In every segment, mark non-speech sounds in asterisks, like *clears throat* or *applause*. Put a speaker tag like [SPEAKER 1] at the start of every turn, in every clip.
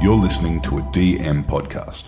[SPEAKER 1] You're listening to a DM podcast.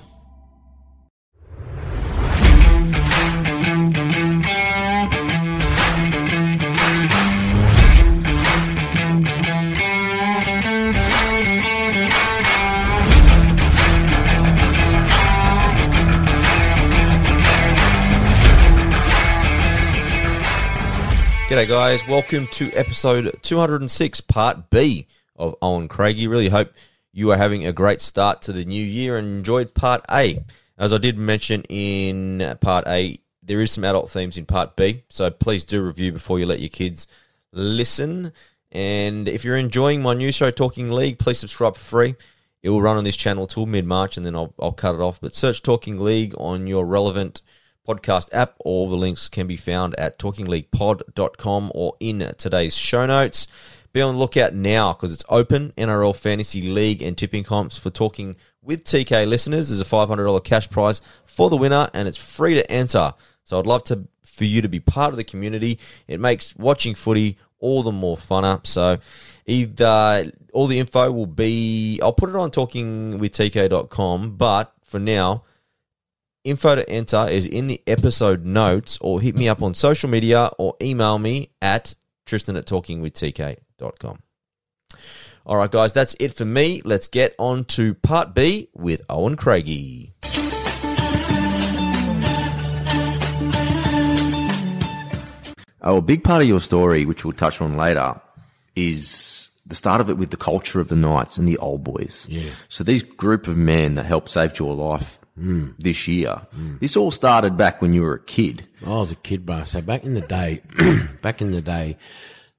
[SPEAKER 2] G'day, guys. Welcome to episode 206, part B of Owen Craigie. Really hope you are having a great start to the new year and enjoyed part A. As I did mention in part A, there is some adult themes in part B, so please do review before you let your kids listen. And if you're enjoying my new show, Talking League, please subscribe for free. It will run on this channel till mid March and then I'll, I'll cut it off. But search Talking League on your relevant podcast app. All the links can be found at talkingleaguepod.com or in today's show notes. Be on the lookout now because it's open NRL Fantasy League and tipping comps for talking with TK listeners. There's a $500 cash prize for the winner and it's free to enter. So I'd love to for you to be part of the community. It makes watching footy all the more funner. So either all the info will be I'll put it on talkingwithtk.com, but for now info to enter is in the episode notes or hit me up on social media or email me at tristan at talkingwithtk.com. All right, guys, that's it for me. Let's get on to part B with Owen Craigie.
[SPEAKER 3] Oh, a big part of your story, which we'll touch on later, is the start of it with the culture of the Knights and the old boys. Yeah. So these group of men that helped save your life this year. This all started back when you were a kid.
[SPEAKER 4] I was a kid, bro. So back in the day, *clears throat* back in the day,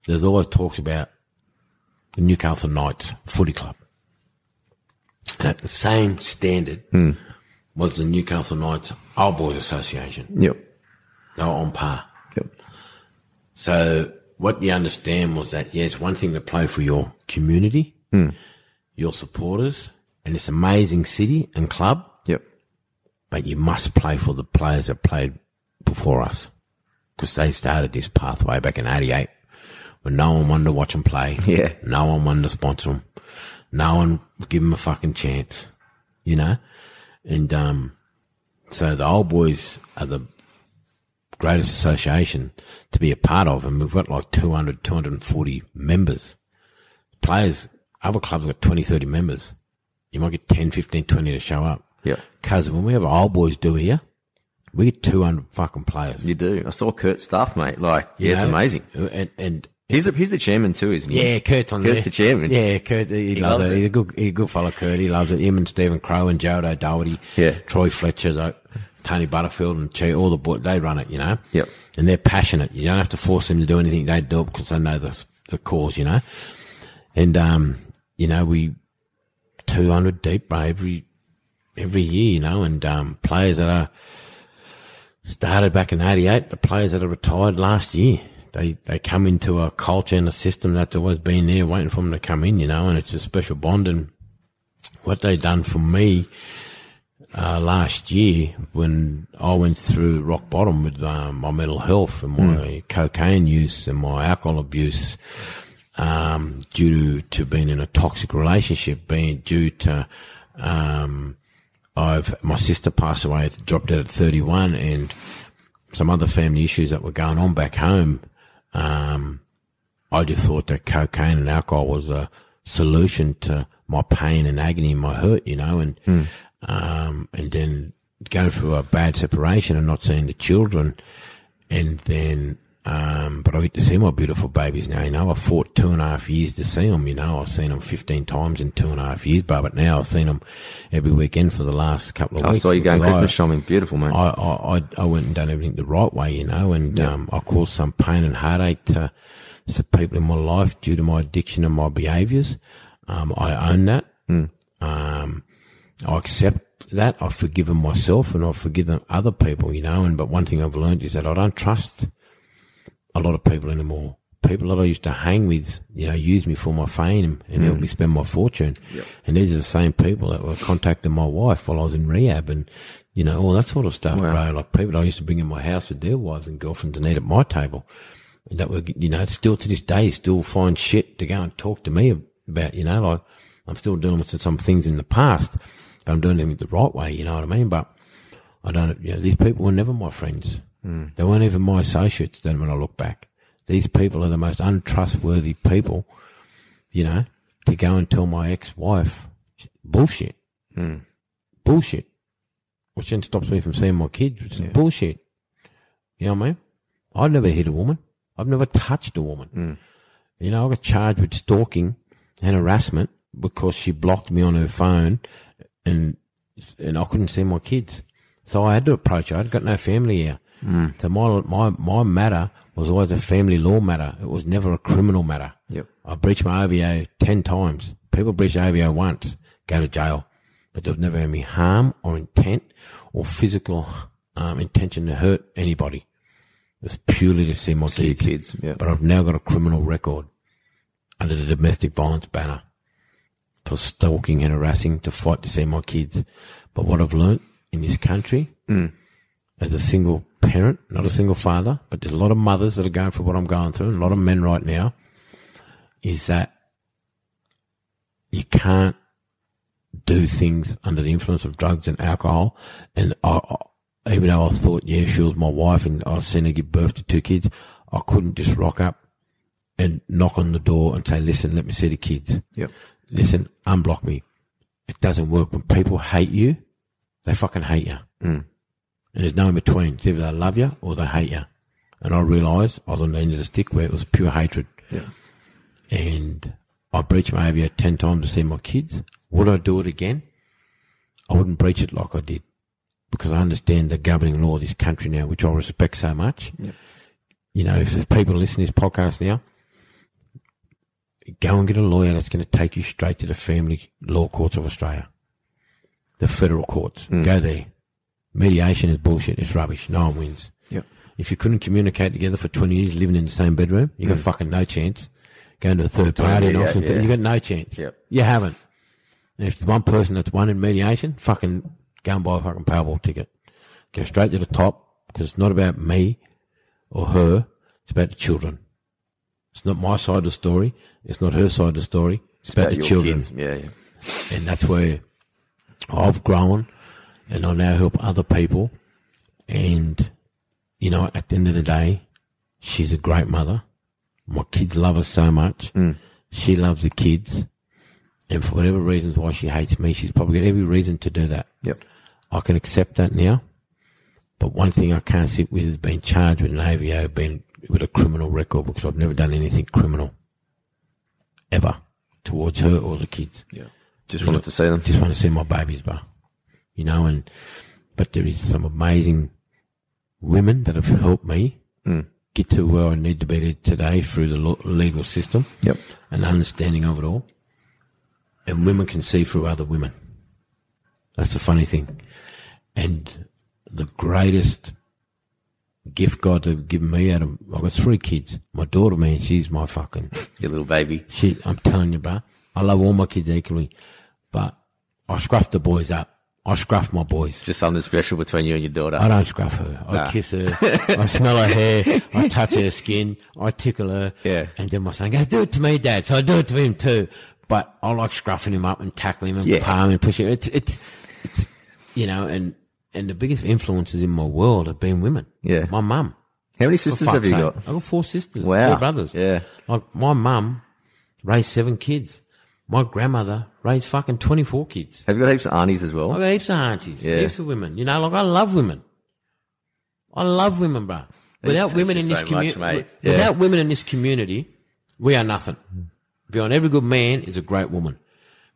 [SPEAKER 4] there's always talks about the Newcastle Knights footy club. And at the same standard was the Newcastle Knights Old Boys Association.
[SPEAKER 3] Yep.
[SPEAKER 4] They were on par.
[SPEAKER 3] Yep.
[SPEAKER 4] So what you understand was that, yeah, it's one thing to play for your community, your supporters, and this amazing city and club,
[SPEAKER 3] Yep.
[SPEAKER 4] but you must play for the players that played before us because they started this pathway back in 88 when no one wanted to watch them play.
[SPEAKER 3] Yeah.
[SPEAKER 4] No one wanted to sponsor them. No one would give them a fucking chance, you know? And, um, so the old boys are the greatest association to be a part of. And we've got like 200, 240 members. Players, other clubs got 20, 30 members. You might get 10, 15, 20 to show up.
[SPEAKER 3] Yep.
[SPEAKER 4] Cause when we have old boys do here, we get 200 fucking players.
[SPEAKER 3] You do. I saw Kurt's stuff, mate. Like, yeah,
[SPEAKER 4] You
[SPEAKER 3] it's
[SPEAKER 4] know? Uh,
[SPEAKER 3] amazing.
[SPEAKER 4] And, and
[SPEAKER 3] He's the, he's the chairman too, isn't he?
[SPEAKER 4] yeah, Kurt's on
[SPEAKER 3] Kurt's
[SPEAKER 4] there.
[SPEAKER 3] the chairman.
[SPEAKER 4] Yeah, Kurt, he, loves,
[SPEAKER 3] loves
[SPEAKER 4] it.
[SPEAKER 3] it.
[SPEAKER 4] He's a good, he's a good fellow, Kurt. He loves it. Him and Stephen Crow and Jared O'Doherty,
[SPEAKER 3] Yeah.
[SPEAKER 4] Troy Fletcher, though, Tony Butterfield and Che, all the boys, they run it, you know?
[SPEAKER 3] Yep.
[SPEAKER 4] And they're passionate. You don't have to force them to do anything. They do it because they know the, the cause, you know? And, um, you know, we, 200 deep, bro, every, every year, you know, and, um, players that are, started back in 88, the players that are retired last year. They, they come into a culture and a system that's always been there waiting for them to come in, you know, and it's a special bond. And what they done for me, uh, last year when I went through rock bottom with um, my mental health and my cocaine use and my alcohol abuse, um, due to, to being in a toxic relationship, being due to, um, I've, my sister passed away, dropped out at 31 and some other family issues that were going on back home. Um, I just thought that cocaine and alcohol was a solution to my pain and agony and my hurt, you know, and,
[SPEAKER 3] Hmm.
[SPEAKER 4] um, and then going through a bad separation and not seeing the children. And then, um, but I get to see my beautiful babies now, you know, I fought two and a half years to see them, you know, I've seen them 15 times in two and a half years, but, but now I've seen them every weekend for the last couple of
[SPEAKER 3] I
[SPEAKER 4] weeks.
[SPEAKER 3] saw you going
[SPEAKER 4] because I-
[SPEAKER 3] Christmas shopping. Beautiful, mate.
[SPEAKER 4] I, I, I, I went and done everything the right way, you know, and um, I caused some pain and heartache to, to people in my life due to my addiction and my behaviours. Um, I own that. Um, I accept that. I've forgiven myself and I've forgiven other people, you know. And but one thing I've learned is that I don't trust a lot of people anymore. People that I used to hang with, you know, used me for my fame and helped me spend my fortune. And these are the same people that were contacting my wife while I was in rehab and, you know, all that sort of stuff, bro. Like people that I used to bring in my house with their wives and girlfriends and eat at my table that were, you know, still to this day still find shit to go and talk to me about, you know, like I'm still doing some things in the past, but I'm doing them the right way. You know what I mean? But I don't. You know, these people were never my friends. They weren't even my associates. Then when I look back, these people are the most untrustworthy people. You know, to go and tell my ex-wife bullshit, bullshit, which then stops me from seeing my kids. Which is bullshit. You know what I mean? I've never hit a woman. I've never touched a woman. You know, I got charged with stalking and harassment because she blocked me on her phone and and I couldn't see my kids. So I had to approach her. I'd got no family here. Mm. So my, my my matter was always a family law matter. It was never a criminal matter.
[SPEAKER 2] Yep.
[SPEAKER 4] I breached my OVO 10 times. People breach OVO once, go to jail. But there was never any harm or intent or physical um, intention to hurt anybody. It was purely to see my
[SPEAKER 2] See your
[SPEAKER 4] kids
[SPEAKER 2] kids. Yeah.
[SPEAKER 4] but I've now got a criminal record under the domestic violence banner for stalking and harassing to fight to see my kids. But what I've learnt in this country
[SPEAKER 2] Mm.
[SPEAKER 4] as a single parent, not a single father, but there's a lot of mothers that are going through what I'm going through, and a lot of men right now, is that you can't do things under the influence of drugs and alcohol. And I, I, even though I thought, yeah, she was my wife and I was seen her give birth to two kids, I couldn't just rock up and knock on the door and say, listen, let me see the kids.
[SPEAKER 2] Yep.
[SPEAKER 4] Listen, unblock me. It doesn't work. When people hate you, they fucking hate you.
[SPEAKER 2] Mm.
[SPEAKER 4] And there's no in between. It's either they love you or they hate you. And I realised I was on the end of the stick where it was pure hatred.
[SPEAKER 2] Yeah.
[SPEAKER 4] And I breached my AVO 10 times to see my kids. Would I do it again? I wouldn't breach it like I did because I understand the governing law of this country now, which I respect so much. You know, if there's people listening to this podcast now, go and get a lawyer that's going to take you straight to the family law courts of Australia, the federal courts. Go there. Mediation is bullshit. It's rubbish. No one wins.
[SPEAKER 2] Yep.
[SPEAKER 4] If you couldn't communicate together for 20 years living in the same bedroom, you got fucking no chance. Going to a third party and
[SPEAKER 2] Mm. yeah,
[SPEAKER 4] often,
[SPEAKER 2] yeah.
[SPEAKER 4] you got no chance.
[SPEAKER 2] Yep.
[SPEAKER 4] You haven't. And if there's one person that's won in mediation, fucking go and buy a fucking Powerball ticket. Go straight to the top because it's not about me or her. It's about the children. It's not my side of the story. It's not her side of the story. It's, about, the
[SPEAKER 2] your
[SPEAKER 4] children.
[SPEAKER 2] kids. Yeah. Yeah.
[SPEAKER 4] And that's where I've grown and I now help other people. And, you know, at the end of the day, she's a great mother. My kids love her so much. She loves the kids. And for whatever reasons why she hates me, she's probably got every reason to do that.
[SPEAKER 2] Yep.
[SPEAKER 4] I can accept that now. But one thing I can't sit with is being charged with an AVO, being with a criminal record because I've never done anything criminal ever towards her or the kids.
[SPEAKER 2] Yeah. Just wanted to see them.
[SPEAKER 4] Just want to see my babies, bro. You know, and but there is some amazing women that have helped me get to where I need to be today through the lo- legal system
[SPEAKER 2] Yep.
[SPEAKER 4] an understanding of it all. And women can see through other women. That's the funny thing. And the greatest gift God have given me out of, I've got three kids. My daughter, man, she's my fucking,
[SPEAKER 2] Your little baby.
[SPEAKER 4] she, I'm telling you, bruh. I love all my kids equally, but I scruff the boys up. I scruff my boys.
[SPEAKER 2] Just something special between you and your daughter.
[SPEAKER 4] I don't scruff her. I
[SPEAKER 2] *laughs*
[SPEAKER 4] kiss her. I smell her hair. I touch her skin. I tickle her.
[SPEAKER 2] Yeah.
[SPEAKER 4] And then my son goes, do it to me, dad. So I do it to him too. But I like scruffing him up and tackling him and
[SPEAKER 2] Yeah.
[SPEAKER 4] palm and pushing. It's, it's, it's, you know, and, and the biggest influences in my world have been women.
[SPEAKER 2] Yeah.
[SPEAKER 4] My mum.
[SPEAKER 2] How many
[SPEAKER 4] for
[SPEAKER 2] sisters
[SPEAKER 4] fuck's
[SPEAKER 2] have you
[SPEAKER 4] sake.
[SPEAKER 2] got?
[SPEAKER 4] I've got four sisters.
[SPEAKER 2] Wow.
[SPEAKER 4] Four brothers.
[SPEAKER 2] Yeah.
[SPEAKER 4] Like my mum raised seven kids. My grandmother raised fucking 24 kids.
[SPEAKER 2] Have you got heaps of aunties as well?
[SPEAKER 4] I got heaps of aunties,
[SPEAKER 2] Yeah.
[SPEAKER 4] heaps of women. You know, like I love women. I love women, bro. Without
[SPEAKER 2] teach
[SPEAKER 4] women
[SPEAKER 2] you
[SPEAKER 4] in this
[SPEAKER 2] so
[SPEAKER 4] community,
[SPEAKER 2] much, mate. Yeah.
[SPEAKER 4] without women in this community, we are nothing. Beyond every good man is a great woman.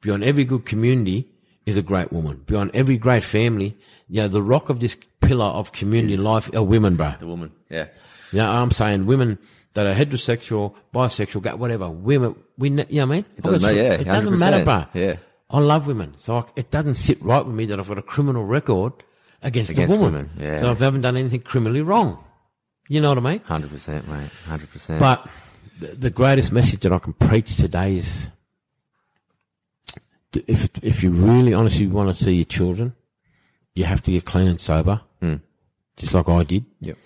[SPEAKER 4] Beyond every good community is a great woman. Beyond every great family, you know, the rock of this pillar of community life are women, bro.
[SPEAKER 2] The woman. Yeah.
[SPEAKER 4] You know, I'm saying women that are heterosexual, bisexual, ga- whatever, women, we, ne- you know what I mean? It
[SPEAKER 2] doesn't matter, yeah,
[SPEAKER 4] It doesn't
[SPEAKER 2] 100%,
[SPEAKER 4] matter, bro.
[SPEAKER 2] yeah.
[SPEAKER 4] I love women. So I, it doesn't sit right with me that I've got a criminal record against,
[SPEAKER 2] Against
[SPEAKER 4] a woman.
[SPEAKER 2] women, yeah.
[SPEAKER 4] That I haven't done anything criminally wrong. You know what I mean?
[SPEAKER 2] 100%, mate. 100%.
[SPEAKER 4] But the, the greatest message that I can preach today is d- if, if you really honestly want to see your children, you have to get clean and sober,
[SPEAKER 2] Hmm.
[SPEAKER 4] just like I did.
[SPEAKER 2] yep.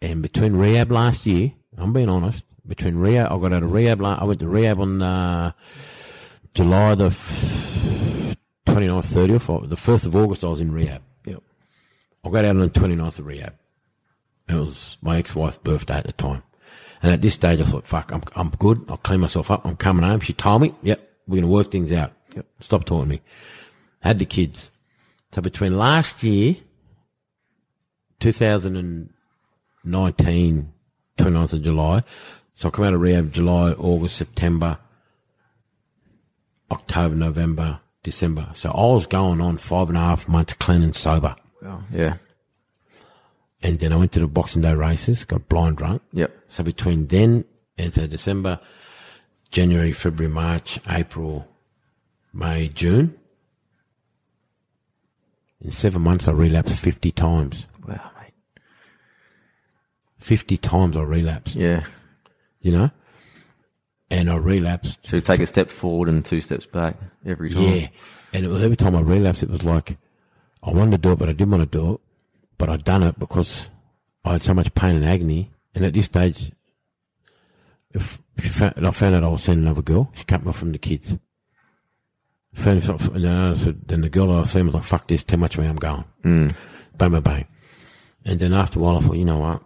[SPEAKER 4] And between rehab last year, I'm being honest, between rehab, I got out of rehab. la- I went to rehab on uh, July the f- 29th, 30th, or the 1st of August, I was in rehab.
[SPEAKER 2] Yep.
[SPEAKER 4] I got out on the 29th of rehab. It was my ex-wife's birthday at the time. And at this stage, I thought, fuck, I'm, I'm good. I'll clean myself up. I'm coming home. She told me, yep, we're going to work things out. Yep. Stop talking to me. Had the kids. So between last year, 2019, 29th of July. So I come out of rehab July, August, September, October, November, December. So I was going on five and a half months clean and sober.
[SPEAKER 2] Yeah.
[SPEAKER 4] And then I went to the Boxing Day races, got blind drunk.
[SPEAKER 2] Yep.
[SPEAKER 4] So between then and so December, January, February, March, April, May, June, in seven months I relapsed 50 times.
[SPEAKER 2] Wow, mate.
[SPEAKER 4] 50 times I relapsed,
[SPEAKER 2] Yeah.
[SPEAKER 4] you know? And I relapsed
[SPEAKER 2] So you take a step forward and two steps back every time.
[SPEAKER 4] Yeah. And it was, every time I relapsed, it was like, I wanted to do it, but I didn't want to do it. But I'd done it because I had so much pain and agony. And at this stage, if she found, and I found out I was seeing another girl, she cut me off from the kids. Found herself, and then I said- then the girl I was seeing was like, fuck this, too much me, I'm going. Mm. Bang, bang, bang. And then after a while, I thought, you know what?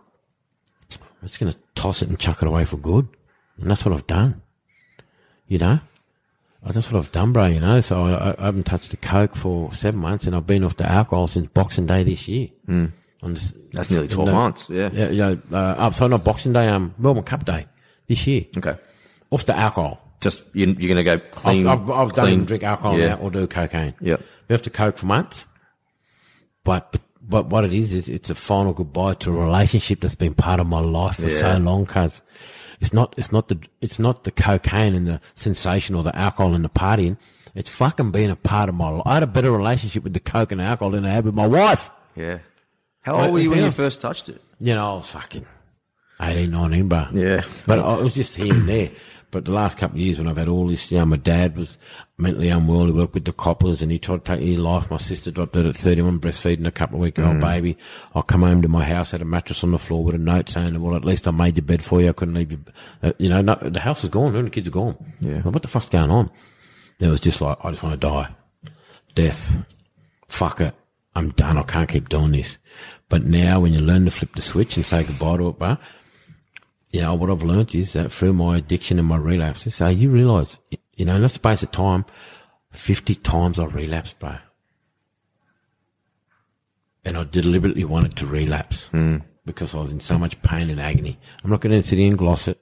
[SPEAKER 4] I'm just going to toss it and chuck it away for good. And that's what I've done. You know? I that's what I've done, bro. You know, so I, I haven't touched the coke for seven months, and I've been off the alcohol since Boxing Day this year. Mm. On this,
[SPEAKER 2] Hmm. That's nearly 12
[SPEAKER 4] no,
[SPEAKER 2] months. Yeah.
[SPEAKER 4] Yeah, you know, uh, uh, so not Boxing Day, um, Melbourne Cup Day this year.
[SPEAKER 2] Okay.
[SPEAKER 4] Off the alcohol.
[SPEAKER 2] Just, you, you're going to go clean.
[SPEAKER 4] I've, I've, I've done
[SPEAKER 2] clean.
[SPEAKER 4] even drink alcohol
[SPEAKER 2] Yeah.
[SPEAKER 4] now or do cocaine.
[SPEAKER 2] Yep.
[SPEAKER 4] We have to coke for months, but, but but what it is is it's a final goodbye to a relationship that's been part of my life for so
[SPEAKER 2] Yeah.
[SPEAKER 4] long. Cause it's not it's not the it's not the cocaine and the sensation or the alcohol and the partying. It's fucking being a part of my life. I had a better relationship with the coke and alcohol than I had with my wife.
[SPEAKER 2] Yeah. How old
[SPEAKER 4] I-
[SPEAKER 2] were you when you
[SPEAKER 4] yeah.
[SPEAKER 2] first touched it?
[SPEAKER 4] You know, I was fucking 18, 19, bro.
[SPEAKER 2] Yeah.
[SPEAKER 4] But I, it was just here and there. But the last couple of years when I've had all this, you know, my dad was mentally unwell. He worked with the coppers and he tried to take his life. My sister dropped dead at 31, breastfeeding a couple of week old baby. I come home to my house, had a mattress on the floor with a note saying, well, at least I made your bed for you. I couldn't leave you. Uh, you know, no, the house was gone. and The kids are gone.
[SPEAKER 2] Yeah.
[SPEAKER 4] Like, what the fuck's going on? It was just like, I just want to die. Death. Fuck it. I'm done. I can't keep doing this. But now when you learn to flip the switch and say goodbye to it, bro, you know, what I've learnt is that through my addiction and my relapses, so you realize, you know, in that space of time, 50 times I relapsed, bro. And I deliberately wanted to relapse
[SPEAKER 2] Hmm.
[SPEAKER 4] because I was in so much pain and agony. I'm not going to sit here and gloss it.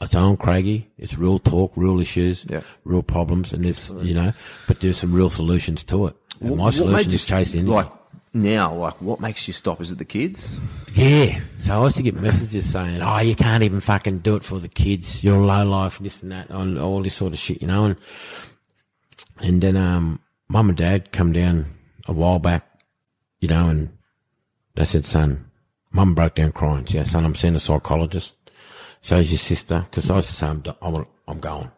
[SPEAKER 4] It's on Craigie. It's real talk, real issues,
[SPEAKER 2] Yeah.
[SPEAKER 4] real problems. And this, you know, but there's some real solutions to it. And my solution is chase energy.
[SPEAKER 2] Like, now, like, what makes you stop? Is it the kids?
[SPEAKER 4] Yeah. So I used to get messages saying, "Oh, you can't even fucking do it for the kids. You're low life, this and that, and all this sort of shit," you know. And and then um, mum and dad come down a while back, you know, and they said, "Son, mum broke down crying. She said, son, I'm seeing a psychologist. So is your sister, because I was the same. I'm, do- I'm going."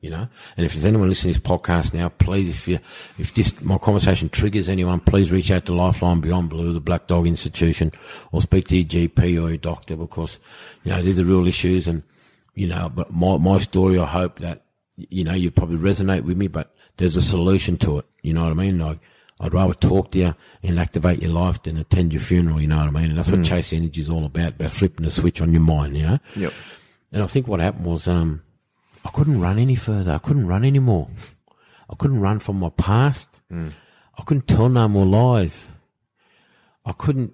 [SPEAKER 4] you know. And if there's anyone listening to this podcast now, please, if you, if this my conversation triggers anyone, please reach out to Lifeline Beyond Blue, the Black Dog Institution, or speak to your GP or your doctor because you know these are real issues. And you know, but my my story, I hope that you know you probably resonate with me, but there's a solution to it. You know what I mean? Like. I'd rather talk to you and activate your life than attend your funeral, you know what I mean? And that's what Chase Energy is all about, about flipping the switch on your mind, you know?
[SPEAKER 2] Yep.
[SPEAKER 4] And I think what happened was um, I couldn't run any further. I couldn't run anymore. I couldn't run from my past. I couldn't tell no more lies. I couldn't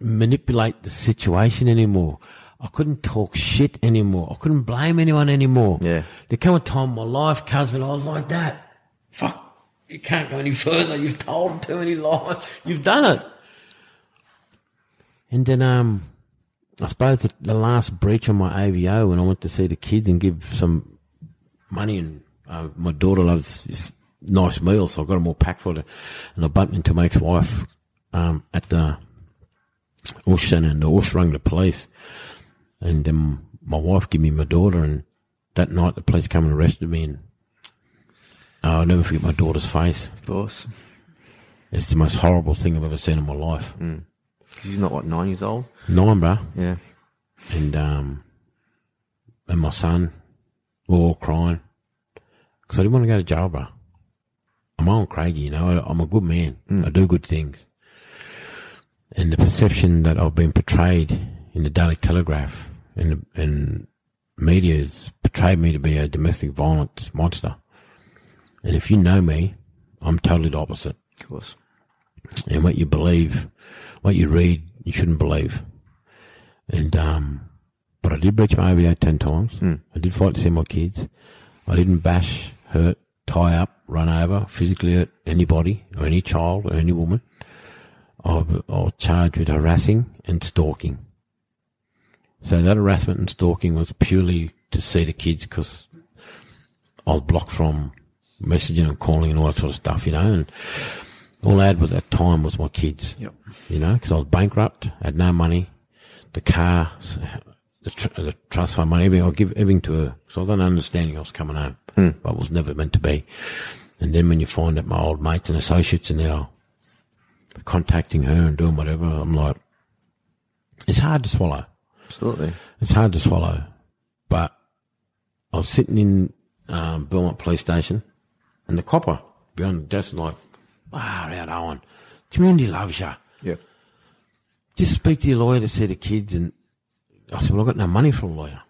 [SPEAKER 4] manipulate the situation anymore. I couldn't talk shit anymore. I couldn't blame anyone anymore.
[SPEAKER 2] Yeah.
[SPEAKER 4] There came a time in my life, cousin, I was like that. Fuck, you can't go any further. You've told too many lies. You've done it. And then, um, I suppose the, the last breach on my AVO when I went to see the kids and give some money and uh, my daughter loves this nice meal, so I got them all packed for her. And I bumped into my ex-wife um, at the Ocean and the Osh rang the police. And then my wife gave me my daughter and that night the police come and arrested me and uh, I'll never forget my daughter's face.
[SPEAKER 2] Of course.
[SPEAKER 4] It's the most horrible thing I've ever seen in my life.
[SPEAKER 2] He's not, what, nine years old?
[SPEAKER 4] Nine, bruh.
[SPEAKER 2] Yeah.
[SPEAKER 4] and um, and my son were all crying. because I didn't want to go to jail, bro. I'm Owen Craigie, you know. I, I'm a good man. I do good things. And the perception that I've been portrayed in the Daily Telegraph and the, and media has portrayed me to be a domestic violence monster. And if you know me, I'm totally the opposite.
[SPEAKER 2] Of course.
[SPEAKER 4] And what you believe, what you read, you shouldn't believe. And um, but I did breach my OVO ten times. I did fight to see my kids. I didn't bash, hurt, tie up, run over, physically hurt anybody or any child or any woman. I was charged with harassing and stalking. So that harassment and stalking was purely to see the kids because I was blocked from messaging and calling and all that sort of stuff, you know. And all I had was at time was my kids.
[SPEAKER 2] Yep.
[SPEAKER 4] You know, because I was bankrupt, had no money, the car, s- the, tr- the trust fund money, everything. I'll give everything to her. So I was not understanding I was coming home, but it was never meant to be. And then when you find that my old mates and associates are now contacting her and doing whatever, I'm like, it's hard to swallow
[SPEAKER 2] Absolutely.
[SPEAKER 4] it's hard to swallow. But I was sitting in um, Belmont Police Station, and the copper behind the desk was like, "Ah, out Owen, community loves you.
[SPEAKER 2] Yep.
[SPEAKER 4] Just speak to your lawyer to see the kids." And I said, "Well, I've got no money for a lawyer."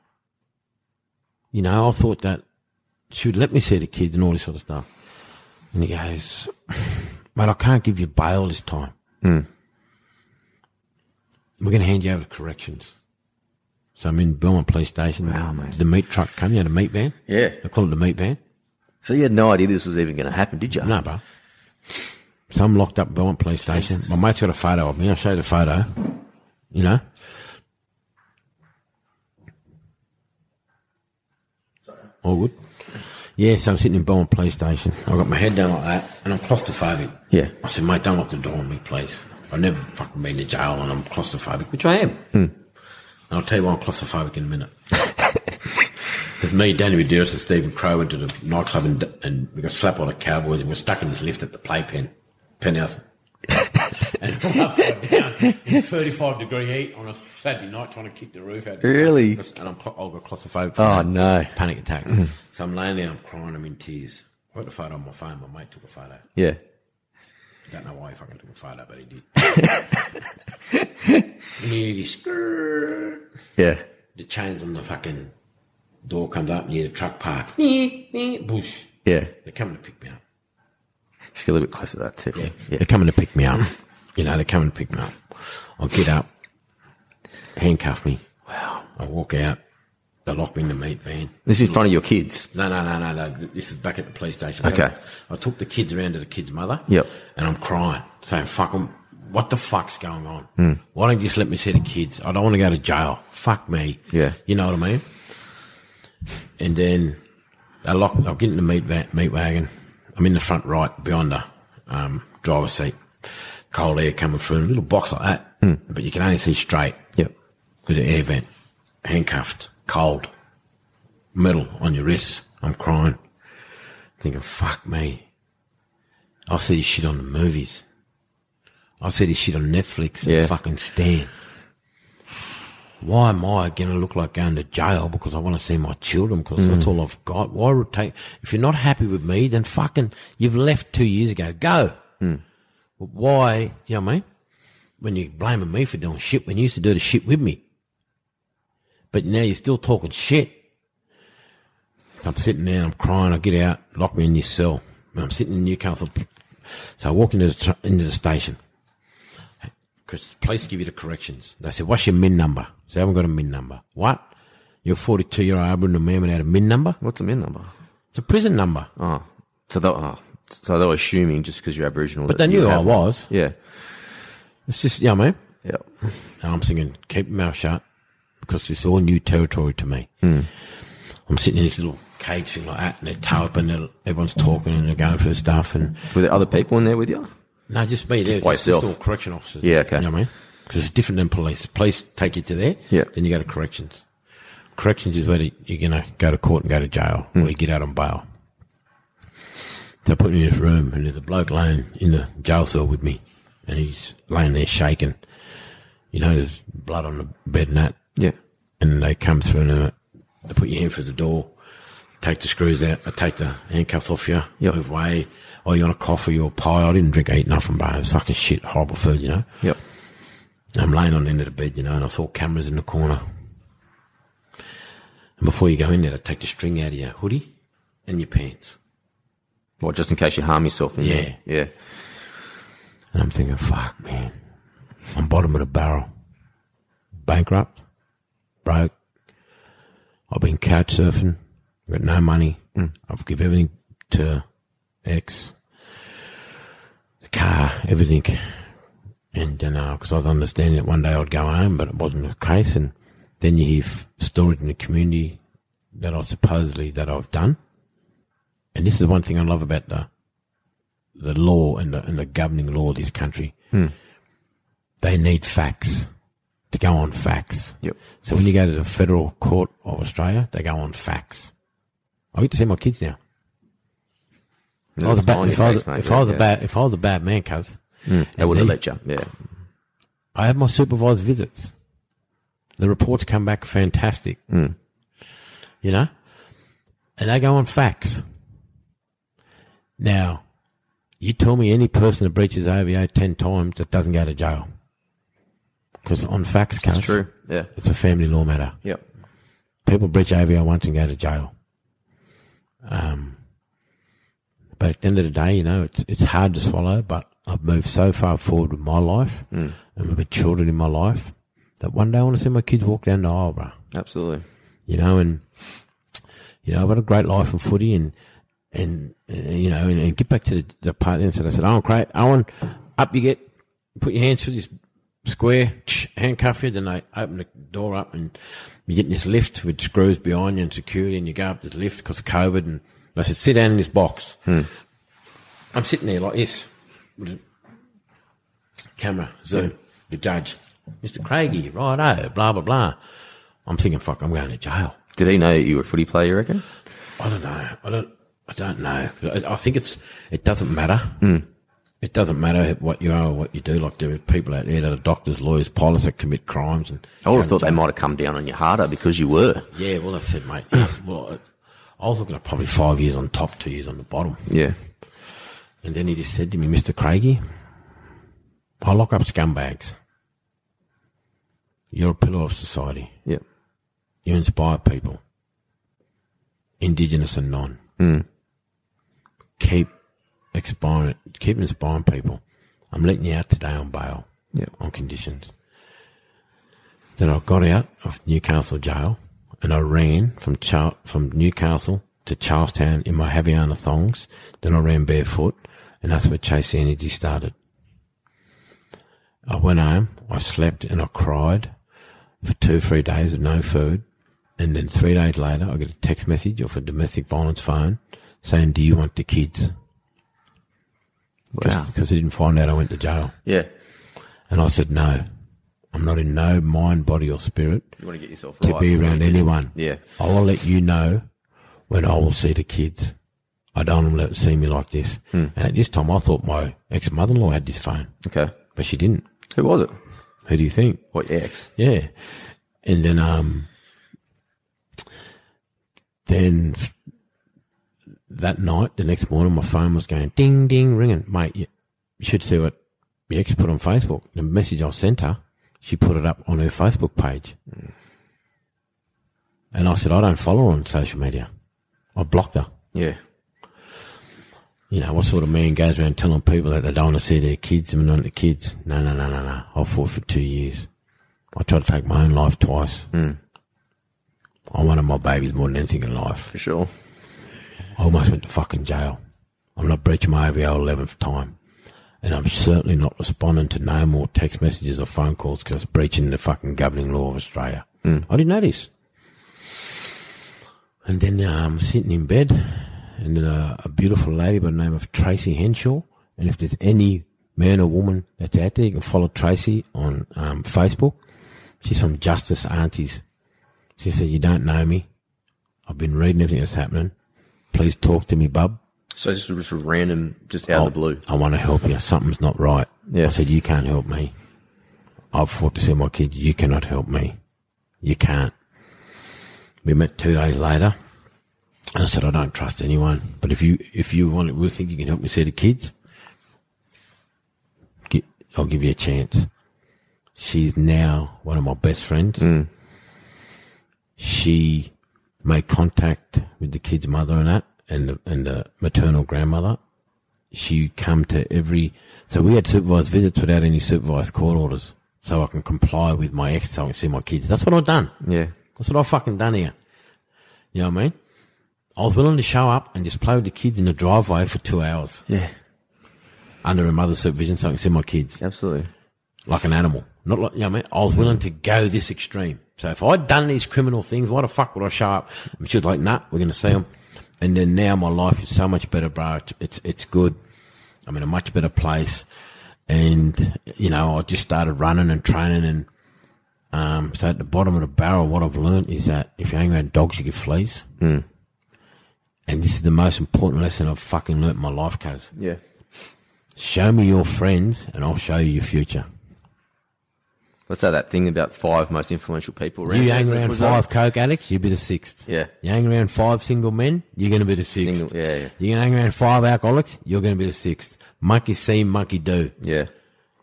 [SPEAKER 4] You know, I thought that she would let me see the kids and all this sort of stuff. And he goes, *sighs* "Mate, I can't give you bail this time. We're going to hand you over to corrections." So I'm in Belmont Police Station. The meat truck come, you had a meat van.
[SPEAKER 2] Yeah.
[SPEAKER 4] I call it the meat van.
[SPEAKER 2] So you had no idea this was even going to happen, did you?
[SPEAKER 4] No, bro. So I'm locked up at Belmont Police Station. My mate's got a photo of me. I'll show you the photo. You know? All good. Yeah, so I'm sitting in Belmont Police Station. I've got my head down like that, and I'm claustrophobic.
[SPEAKER 2] Yeah.
[SPEAKER 4] I said, mate, don't lock the door on me, please. I've never fucking been to jail, and I'm claustrophobic, which I am.
[SPEAKER 2] Hmm.
[SPEAKER 4] And I'll tell you why I'm claustrophobic in
[SPEAKER 2] *laughs*
[SPEAKER 4] a minute. Because me, Danny Medeiros, and Stephen Crow went to the nightclub and, and we got slapped by the Cowboys and we're stuck in this lift at the playpen,
[SPEAKER 2] *laughs*
[SPEAKER 4] penthouse. and we're upside down in 35 degree heat on a Saturday night trying to kick the roof out.
[SPEAKER 2] Really?
[SPEAKER 4] And I'm, cla- I've got claustrophobic.
[SPEAKER 2] Oh, no. Mm.
[SPEAKER 4] Panic attack. so I'm laying there, I'm crying, I'm in tears. I got the photo on my phone, my mate took a photo.
[SPEAKER 2] Yeah.
[SPEAKER 4] Don't know why he fucking took a photo, but he did.
[SPEAKER 2] *laughs*
[SPEAKER 4] and you hear this grrrr.
[SPEAKER 2] Yeah.
[SPEAKER 4] the chains on the fucking door comes up near the truck park. Bush.
[SPEAKER 2] Yeah.
[SPEAKER 4] They're coming to pick me up.
[SPEAKER 2] Just get a little bit closer to that too. Yeah.
[SPEAKER 4] They're coming to pick me up. You know, they're coming to pick me up. I'll get up, handcuff me. Wow. I walk out. They lock me in the meat van.
[SPEAKER 2] This is in front of your kids.
[SPEAKER 4] No, no, no, no, no. This is back at the police station.
[SPEAKER 2] Okay.
[SPEAKER 4] I, I took the kids around to the kid's mother.
[SPEAKER 2] Yep.
[SPEAKER 4] And I'm crying, saying, fuck 'em. What the fuck's going on?
[SPEAKER 2] Hmm.
[SPEAKER 4] Why don't you just let me see the kids? I don't want to go to jail. Fuck me.
[SPEAKER 2] Yeah.
[SPEAKER 4] You know what I mean? And then I lock, I'll get in the meat, va- meat wagon. I'm in the front right behind the um, driver's seat. Cold air coming through, a little box like that.
[SPEAKER 2] Hmm.
[SPEAKER 4] But you can only see straight
[SPEAKER 2] Yep.
[SPEAKER 4] with an air vent, handcuffed, cold, metal on your wrists. I'm crying, thinking, fuck me. I see this shit on the movies. I see this shit on Netflix and
[SPEAKER 2] Yeah.
[SPEAKER 4] fucking Stan. Why am I going to look like going to jail because I want to see my children because that's all I've got? Why would take, if you're not happy with me, then fucking, you've left two years ago. Go. But why, you know what I mean? When you're blaming me for doing shit when you used to do the shit with me but now you're still talking shit. I'm sitting there, I'm crying, I get out, lock me in your cell. And I'm sitting in Newcastle. So I walk into the, tr- into the station. Because the police give you the corrections. They said, what's your min number? So I haven't got a min number. What? You're a 42 year old Aboriginal man without a min number?
[SPEAKER 2] What's the min number?
[SPEAKER 4] It's a prison number.
[SPEAKER 2] Oh, so they oh, so they were assuming just because you're Aboriginal.
[SPEAKER 4] But they knew who I was.
[SPEAKER 2] Yeah.
[SPEAKER 4] It's just, you know what I mean?
[SPEAKER 2] Yeah.
[SPEAKER 4] And I'm thinking, keep your mouth shut because it's all new territory to me. I'm sitting in this little cage thing like that and they're tied up and they're- everyone's talking and they're going through stuff and
[SPEAKER 2] Were there other people in there with you?
[SPEAKER 4] no, just me there.
[SPEAKER 2] by
[SPEAKER 4] Just,
[SPEAKER 2] yourself.
[SPEAKER 4] just all correction officers.
[SPEAKER 2] Yeah, okay.
[SPEAKER 4] You know what I mean? Because it's different than police. Police take you to there,
[SPEAKER 2] Yeah.
[SPEAKER 4] then you go to corrections. Corrections is where you're going to go to court and go to jail or you get out on bail. So I put me in this room and there's a bloke laying in the jail cell with me and he's laying there shaking. You know, there's blood on the bed and that
[SPEAKER 2] Yeah.
[SPEAKER 4] and they come through and uh, they put your hand through the door. take the screws out, I take the handcuffs off you,
[SPEAKER 2] Yep.
[SPEAKER 4] move away. Oh, you want a coffee or a pie? I didn't drink, I eat nothing, bro. It was fucking shit, horrible food, you know.
[SPEAKER 2] Yep.
[SPEAKER 4] I'm laying on the end of the bed, you know, and I saw cameras in the corner. And before you go in there, they take the string out of your hoodie and your pants.
[SPEAKER 2] Well, just in case you harm yourself. In
[SPEAKER 4] Yeah.
[SPEAKER 2] There. Yeah.
[SPEAKER 4] And I'm thinking, fuck, man. I'm bottom of the barrel. Bankrupt. Broke. I've been couch surfing. Got no money. I've give everything to X. The car, everything. And uh, then, because I was understanding that one day I'd go home, but it wasn't the case. And then you hear f- stories in the community that I supposedly that I've done. And this is one thing I love about the the law and the, and the governing law of this country. They need facts to go on facts.
[SPEAKER 2] Yep.
[SPEAKER 4] So when you go to the federal court of Australia, they go on facts. I get to see my kids now. If I was
[SPEAKER 2] That's
[SPEAKER 4] a bad,
[SPEAKER 2] fine,
[SPEAKER 4] if I was,
[SPEAKER 2] thanks, mate,
[SPEAKER 4] if I was a
[SPEAKER 2] yeah.
[SPEAKER 4] bad, if I was a bad man, cuz
[SPEAKER 2] They Mm, would have let you. Yeah.
[SPEAKER 4] I have my supervised visits. The reports come back fantastic.
[SPEAKER 2] Mm.
[SPEAKER 4] You know? And they go on facts. Now, you tell me any person that breaches OVO 10 times that doesn't go to jail. Because on facts,
[SPEAKER 2] It's
[SPEAKER 4] cunts,
[SPEAKER 2] true. Yeah.
[SPEAKER 4] It's a family law matter.
[SPEAKER 2] Yep.
[SPEAKER 4] People breach OVO once and go to jail. Um, but at the end of the day, you know, it's, it's hard to swallow, but I've moved so far forward with my life and with my children in my life that one day I want to see my kids walk down the aisle, bro.
[SPEAKER 2] Absolutely.
[SPEAKER 4] You know, and, you know, I've had a great life in footy and, and, and you know, and, and get back to the, the part. And so I said, Owen, great. Owen, up you get, put your hands through this square, handcuff you. Then they open the door up and you get in this lift with screws behind you and security and you go up this lift because of COVID. And I said, sit down in this box. I'm sitting there like this. with a Camera, zoom, the judge. Mr. Craigie, righto, blah, blah, blah. I'm thinking, fuck, I'm going to jail.
[SPEAKER 2] Did they know that you were a footy player, you reckon?
[SPEAKER 4] I don't know. I don't. I don't know. I, I think it's. It doesn't matter. It doesn't matter what you are or what you do. Like there are people out there that are doctors, lawyers, pilots that commit crimes, and
[SPEAKER 2] I would have thought they might have come down on you harder because you were.
[SPEAKER 4] yeah. Well, I said, mate. *clears throat* well, I was looking at probably five years on top, two years on the bottom,
[SPEAKER 2] Yeah.
[SPEAKER 4] and then he just said to me, Mister Craigie, I lock up scumbags. You're a pillar of society.
[SPEAKER 2] Yep.
[SPEAKER 4] You inspire people, indigenous and non. Keep inspiring, keep inspiring people. I'm letting you out today on bail,
[SPEAKER 2] Yep.
[SPEAKER 4] on conditions. Then I got out of Newcastle jail and I ran from Char- from Newcastle to Charlestown in my Haviana thongs. Then I ran barefoot, and that's where Chase the Energy started. I went home, I slept, and I cried for two, three days with no food. And then three days later, I get a text message off a domestic violence phone saying, Do you want the kids?
[SPEAKER 2] Wow.
[SPEAKER 4] Because they didn't find out I went to jail.
[SPEAKER 2] Yeah.
[SPEAKER 4] And I said, No, I'm not in no mind, body, or spirit
[SPEAKER 2] You want to get yourself
[SPEAKER 4] to be around anyone.
[SPEAKER 2] Yeah.
[SPEAKER 4] I will let you know when I will see the kids. I don't want them to see me like this. And at this time, I thought my ex mother in law had this phone,
[SPEAKER 2] Okay.
[SPEAKER 4] but she didn't.
[SPEAKER 2] Who was it?
[SPEAKER 4] Who do you think?
[SPEAKER 2] What your ex?
[SPEAKER 4] Yeah. And then, um, then f- that night, the next morning, my phone was going ding, ding, ringing. Mate, you, you should see what your ex put on Facebook. The message I sent her, she put it up on her Facebook page. And I said, I don't follow her on social media. I blocked her.
[SPEAKER 2] Yeah.
[SPEAKER 4] You know, what sort of man goes around telling people that they don't want to see their kids and not the kids? No, no, no, no, no. I fought for two years. I tried to take my own life twice. I wanted my babies more than anything in life.
[SPEAKER 2] For sure.
[SPEAKER 4] I almost went to fucking jail. I'm not breaching my OVO 11th time. And I'm certainly not responding to no more text messages or phone calls because it's breaching the fucking governing law of Australia. I didn't know this. And then uh, I'm sitting in bed, and then uh, a beautiful lady by the name of Tracy Henshaw. And if there's any man or woman that's out there, you can follow Tracy on um, Facebook. She's from Justice Aunties. She said, You don't know me. I've been reading everything that's happening. Please talk to me, bub.
[SPEAKER 2] So just, just random, just out of the blue.
[SPEAKER 4] I want to help you. Something's not right.
[SPEAKER 2] Yeah.
[SPEAKER 4] I said, You can't help me. I've fought to see my kids. You cannot help me. You can't. We met two days later. And I said, I don't trust anyone, but if you if you want, really think you can help me see the kids, gi- I'll give you a chance. She's now one of my best friends. She made contact with the kid's mother and that, and the, and the maternal grandmother. She come to every, so we had supervised visits without any supervised court orders, so I can comply with my ex, so I can see my kids. That's what I've done.
[SPEAKER 2] Yeah.
[SPEAKER 4] That's what I've fucking done here. You know what I mean? I was willing to show up and just play with the kids in the driveway for two hours
[SPEAKER 2] Yeah.
[SPEAKER 4] under her mother's supervision so I can see my kids
[SPEAKER 2] Absolutely.
[SPEAKER 4] like an animal. Not like, you know what I mean? I was willing to go this extreme. So if I'd done these criminal things, why the fuck would I show up? And she was like, nah, we're going to see them. And then now my life is so much better, bro. It's, it's, it's good. I'm in a much better place. And, you know, I just started running and training. And, um, so at the bottom of the barrel, what I've learned is that if you hang around dogs, you get fleas. And this is the most important lesson I've fucking learnt in my life, cuz.
[SPEAKER 2] Yeah.
[SPEAKER 4] Show me your friends and I'll show you your future.
[SPEAKER 2] What's that, that thing about five most influential people around?
[SPEAKER 4] You hang around
[SPEAKER 2] Was that-
[SPEAKER 4] five coke addicts, you'll be the sixth.
[SPEAKER 2] Yeah.
[SPEAKER 4] You hang around five single men, you're going to be the sixth.
[SPEAKER 2] Single, yeah, yeah.
[SPEAKER 4] You can hang around five alcoholics, you're going to be the sixth. Monkey see, monkey do.
[SPEAKER 2] Yeah.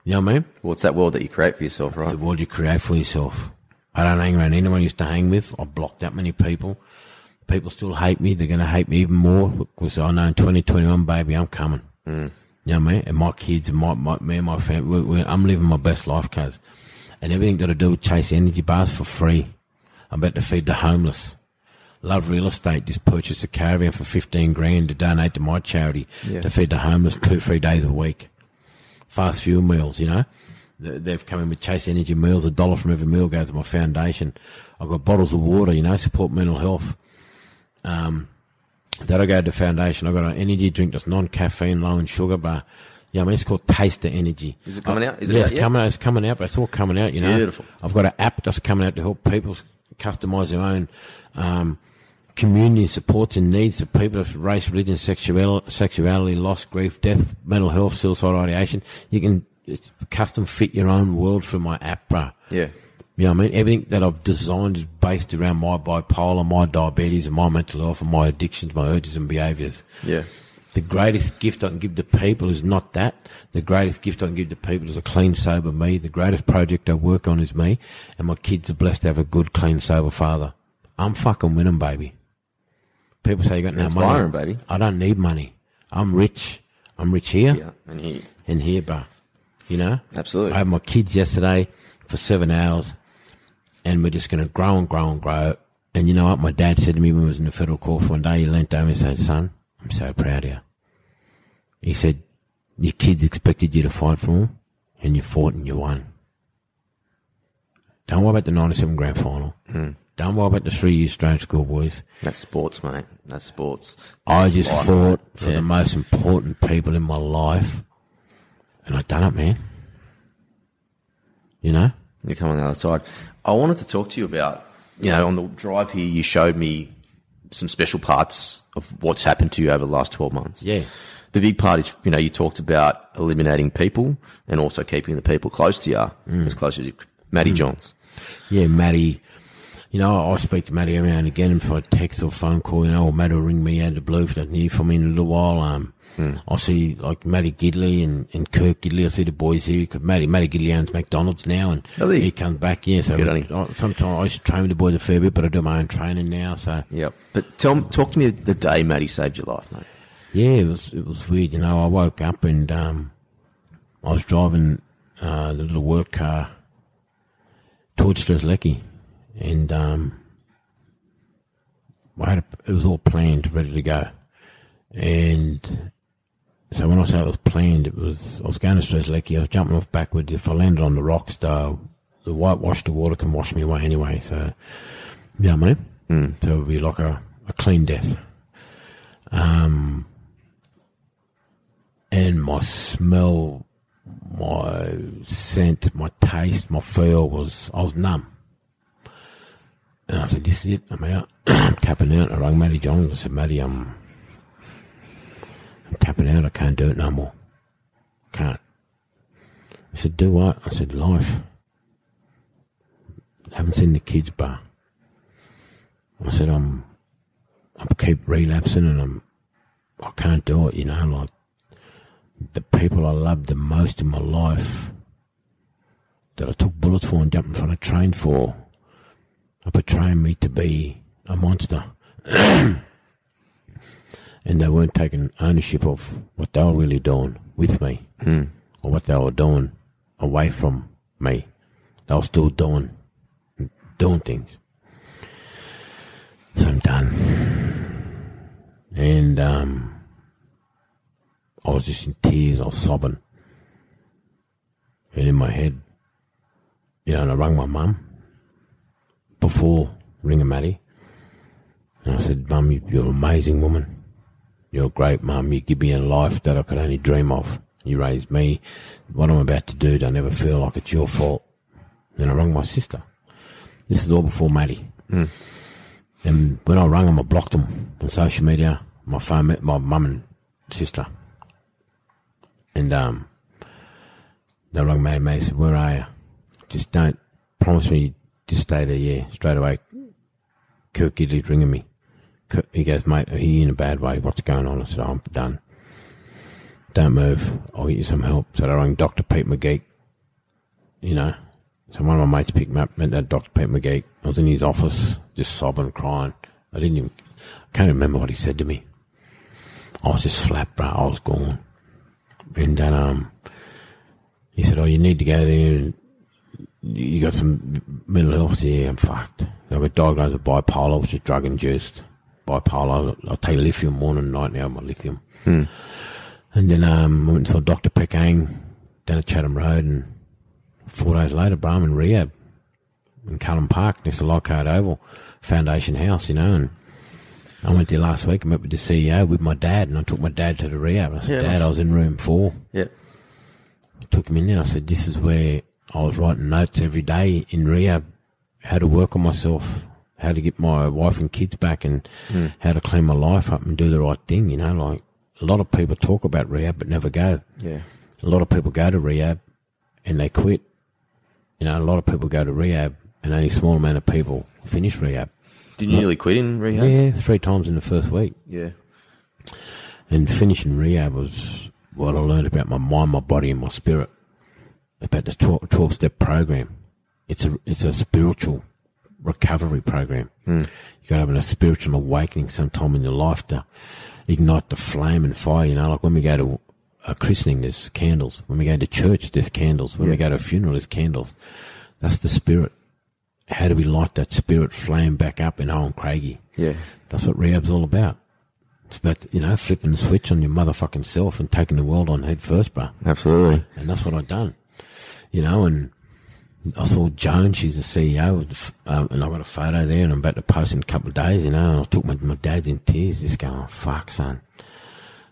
[SPEAKER 4] You know what I mean?
[SPEAKER 2] Well, it's that world that you create for yourself, right?
[SPEAKER 4] The world you create for yourself. I don't hang around anyone I used to hang with. I blocked that many people. People still hate me. They're going to hate me even more because I know in 2021, baby, I'm coming. Mm. You know what I mean? And my kids, my, my me and my family, we we I'm living my best life, cuz. And everything got to do with chasing energy bars for free. I'm about to feed the homeless. Love Real Estate just purchased a caravan for 15 grand to donate to my charity to feed the homeless two, three days a week fast fuel meals, you know. They- They've come in with Chase Energy meals. A dollar from every meal goes to my foundation. I've got bottles of water, you know, support mental health. Um, that'll go to the foundation. I've got an energy drink that's non-caffeine, low in sugar, but, you know, I mean, it's called Taster Energy.
[SPEAKER 2] Is it coming out? Is it
[SPEAKER 4] yeah,
[SPEAKER 2] out
[SPEAKER 4] it's
[SPEAKER 2] yet?
[SPEAKER 4] coming out. It's coming out, but it's all coming out, you know.
[SPEAKER 2] Beautiful.
[SPEAKER 4] I've got an app that's coming out to help people customize their own, um, community supports and needs of people of race, religion, sexuality, sexuality, loss, grief, death, mental health, suicide ideation. You can it's custom fit your own world through my app, bro.
[SPEAKER 2] Yeah.
[SPEAKER 4] You know what I mean? Everything that I've designed is based around my bipolar, my diabetes, and my mental health, and my addictions, my urges, and behaviors.
[SPEAKER 2] Yeah.
[SPEAKER 4] The greatest gift I can give to people is not that. The greatest gift I can give to people is a clean, sober me. The greatest project I work on is me. And my kids are blessed to have a good, clean, sober father. I'm fucking winning, baby. People say you got no
[SPEAKER 2] Inspiring,
[SPEAKER 4] money.
[SPEAKER 2] baby.
[SPEAKER 4] I don't need money. I'm rich. I'm rich here
[SPEAKER 2] Yeah. And he,
[SPEAKER 4] and here, bro. You know?
[SPEAKER 2] Absolutely.
[SPEAKER 4] I had my kids yesterday for seven hours, and we're just going to grow and grow and grow. And you know what? My dad said to me when I was in the federal court one day, he leant over and said, Son, I'm so proud of you. He said, Your kids expected you to fight for them, and you fought and you won. Don't worry about the 97 grand final.
[SPEAKER 2] Hmm.
[SPEAKER 4] Don't worry about the three year Australian schoolboys.
[SPEAKER 2] that's sports, mate. That's sports.
[SPEAKER 4] I just
[SPEAKER 2] life,
[SPEAKER 4] fought
[SPEAKER 2] mate.
[SPEAKER 4] for
[SPEAKER 2] Yeah.
[SPEAKER 4] the most important people in my life, and I done it, man. You know,
[SPEAKER 2] You come on the other side. I wanted to talk to you about, you know, on the drive here, you showed me some special parts of what's happened to you over the last 12 months.
[SPEAKER 4] Yeah.
[SPEAKER 2] The big part is, you know, you talked about eliminating people and also keeping the people close to you, as close as you Matty Johns.
[SPEAKER 4] yeah, Matty. You know, I I speak to Matty every now and again, and for a text or phone call, you know, or Matty will ring me out of the blue if doesn't hear from me in a little while. Um,
[SPEAKER 2] Hmm.
[SPEAKER 4] I see like Matty Gidley and, and Kirk Gidley. I see the boys here because Matty Matty Gidley owns McDonald's now, and
[SPEAKER 2] Does he?
[SPEAKER 4] comes back. Yeah, so
[SPEAKER 2] Good on him.
[SPEAKER 4] I, sometimes I used to train with the boys a fair bit, but I do my own training now. So
[SPEAKER 2] Yep. But tell, talk to me the day Matty saved your life, mate.
[SPEAKER 4] Yeah, it was it was weird. You know, I woke up and um, I was driving uh, the little work car towards Strzelecki, and um, I had a, it was all planned, ready to go, and so when I say it was planned, it was I was going to Strzelecki. I was jumping off backwards. If I landed on the rocks, the the whitewash, the water can wash me away anyway. So, yeah, mate. Mm. So it would be like a, a clean death. and my smell, my scent, my taste, my feel was I was numb. And I said, "This is it. I'm out. *clears throat* I'm tapping out." I rang Matty John. I said, "Matty, I'm, I'm tapping out. I can't do it no more. Can't." He said, "Do what?" I said, "Life." haven't seen the kids, bar. I said, "I'm, I keep relapsing and I'm, I can't do it, you know, like the people I loved the most in my life that I took bullets for and jumped in front of a train for are portraying me to be a monster. *clears throat* and they weren't taking ownership of what they were really doing with me or what they were doing away from me. They were still doing, doing things. So I'm done. And um, I was just in tears. I was sobbing. And in my head, you know, and I rang my mum before ringing Maddie. And I said, Mum, you- you're an amazing woman. You're a great mum. You give me a life that I could only dream of. You raised me. What I'm about to do, don't ever feel like it's your fault. And I rang my sister. This is all before Maddie. And when I rang them, I blocked them on social media. My phone, my mum and sister, and um, they rang Maddie. Maddie said, "Where are you? Just don't promise me. you Just stay there. Yeah, straight away." Kirk Gidley's ringing me. Kirk- He goes, "Mate, are you in a bad way? What's going on?" I said, "I'm done. Don't move. I'll get you some help." So I rang Doctor Pete McGeek. You know, so one of my mates picked me up, met that Dr. Pete McGeek. I was in his office, just sobbing, crying. I didn't even, I can't remember what he said to me. I was just flat, bro. I was gone. And then, um, he said, Oh, you need to go there and you got some mental health here. I'm fucked. I got diagnosed with bipolar, which is drug induced. Bipolar. I'll take lithium morning and night now, my lithium.
[SPEAKER 2] Hmm.
[SPEAKER 4] And then, um, I went and saw Dr. Pekang down at Chatham Road and Four days later, Brahman rehab in Cullen Park next to Lockhart Oval, Foundation House, you know. And I went there last week. I met with the CEO with my dad, and I took my dad to the rehab. I said,
[SPEAKER 2] Yeah,
[SPEAKER 4] "Dad,
[SPEAKER 2] nice.
[SPEAKER 4] I was in room four.
[SPEAKER 2] Yeah.
[SPEAKER 4] I took him in there. I said, "This is where I was writing notes every day in rehab, how to work on myself, how to get my wife and kids back, and how to clean my life up and do the right thing." You know, like a lot of people talk about rehab but never go.
[SPEAKER 2] Yeah.
[SPEAKER 4] A lot of people go to rehab and they quit. You know, a lot of people go to rehab and only a small amount of people finish rehab.
[SPEAKER 2] Did you nearly quit in rehab?
[SPEAKER 4] Yeah, three times in the first week.
[SPEAKER 2] Yeah.
[SPEAKER 4] And finishing rehab was what I learned about my mind, my body, and my spirit. About the 12, 12 step program. It's a, it's a spiritual recovery program. Mm. You got to have a spiritual awakening sometime in your life to ignite the flame and fire. You know, like when we go to a christening, there's candles. When we go to church, there's candles. When we go to a funeral, there's candles. That's the spirit. How do we light that spirit flame back up in Owen Craigie?
[SPEAKER 2] Yeah.
[SPEAKER 4] That's what rehab's all about. It's about, you know, flipping the switch on your motherfucking self and taking the world on head first, bruh.
[SPEAKER 2] Absolutely.
[SPEAKER 4] And that's what i done. You know, and I saw Joan, she's the CEO, of the, f- um, and I got a photo there and I'm about to post in a couple of days, you know, and I took my, my dad in tears, just going, oh, fuck, son.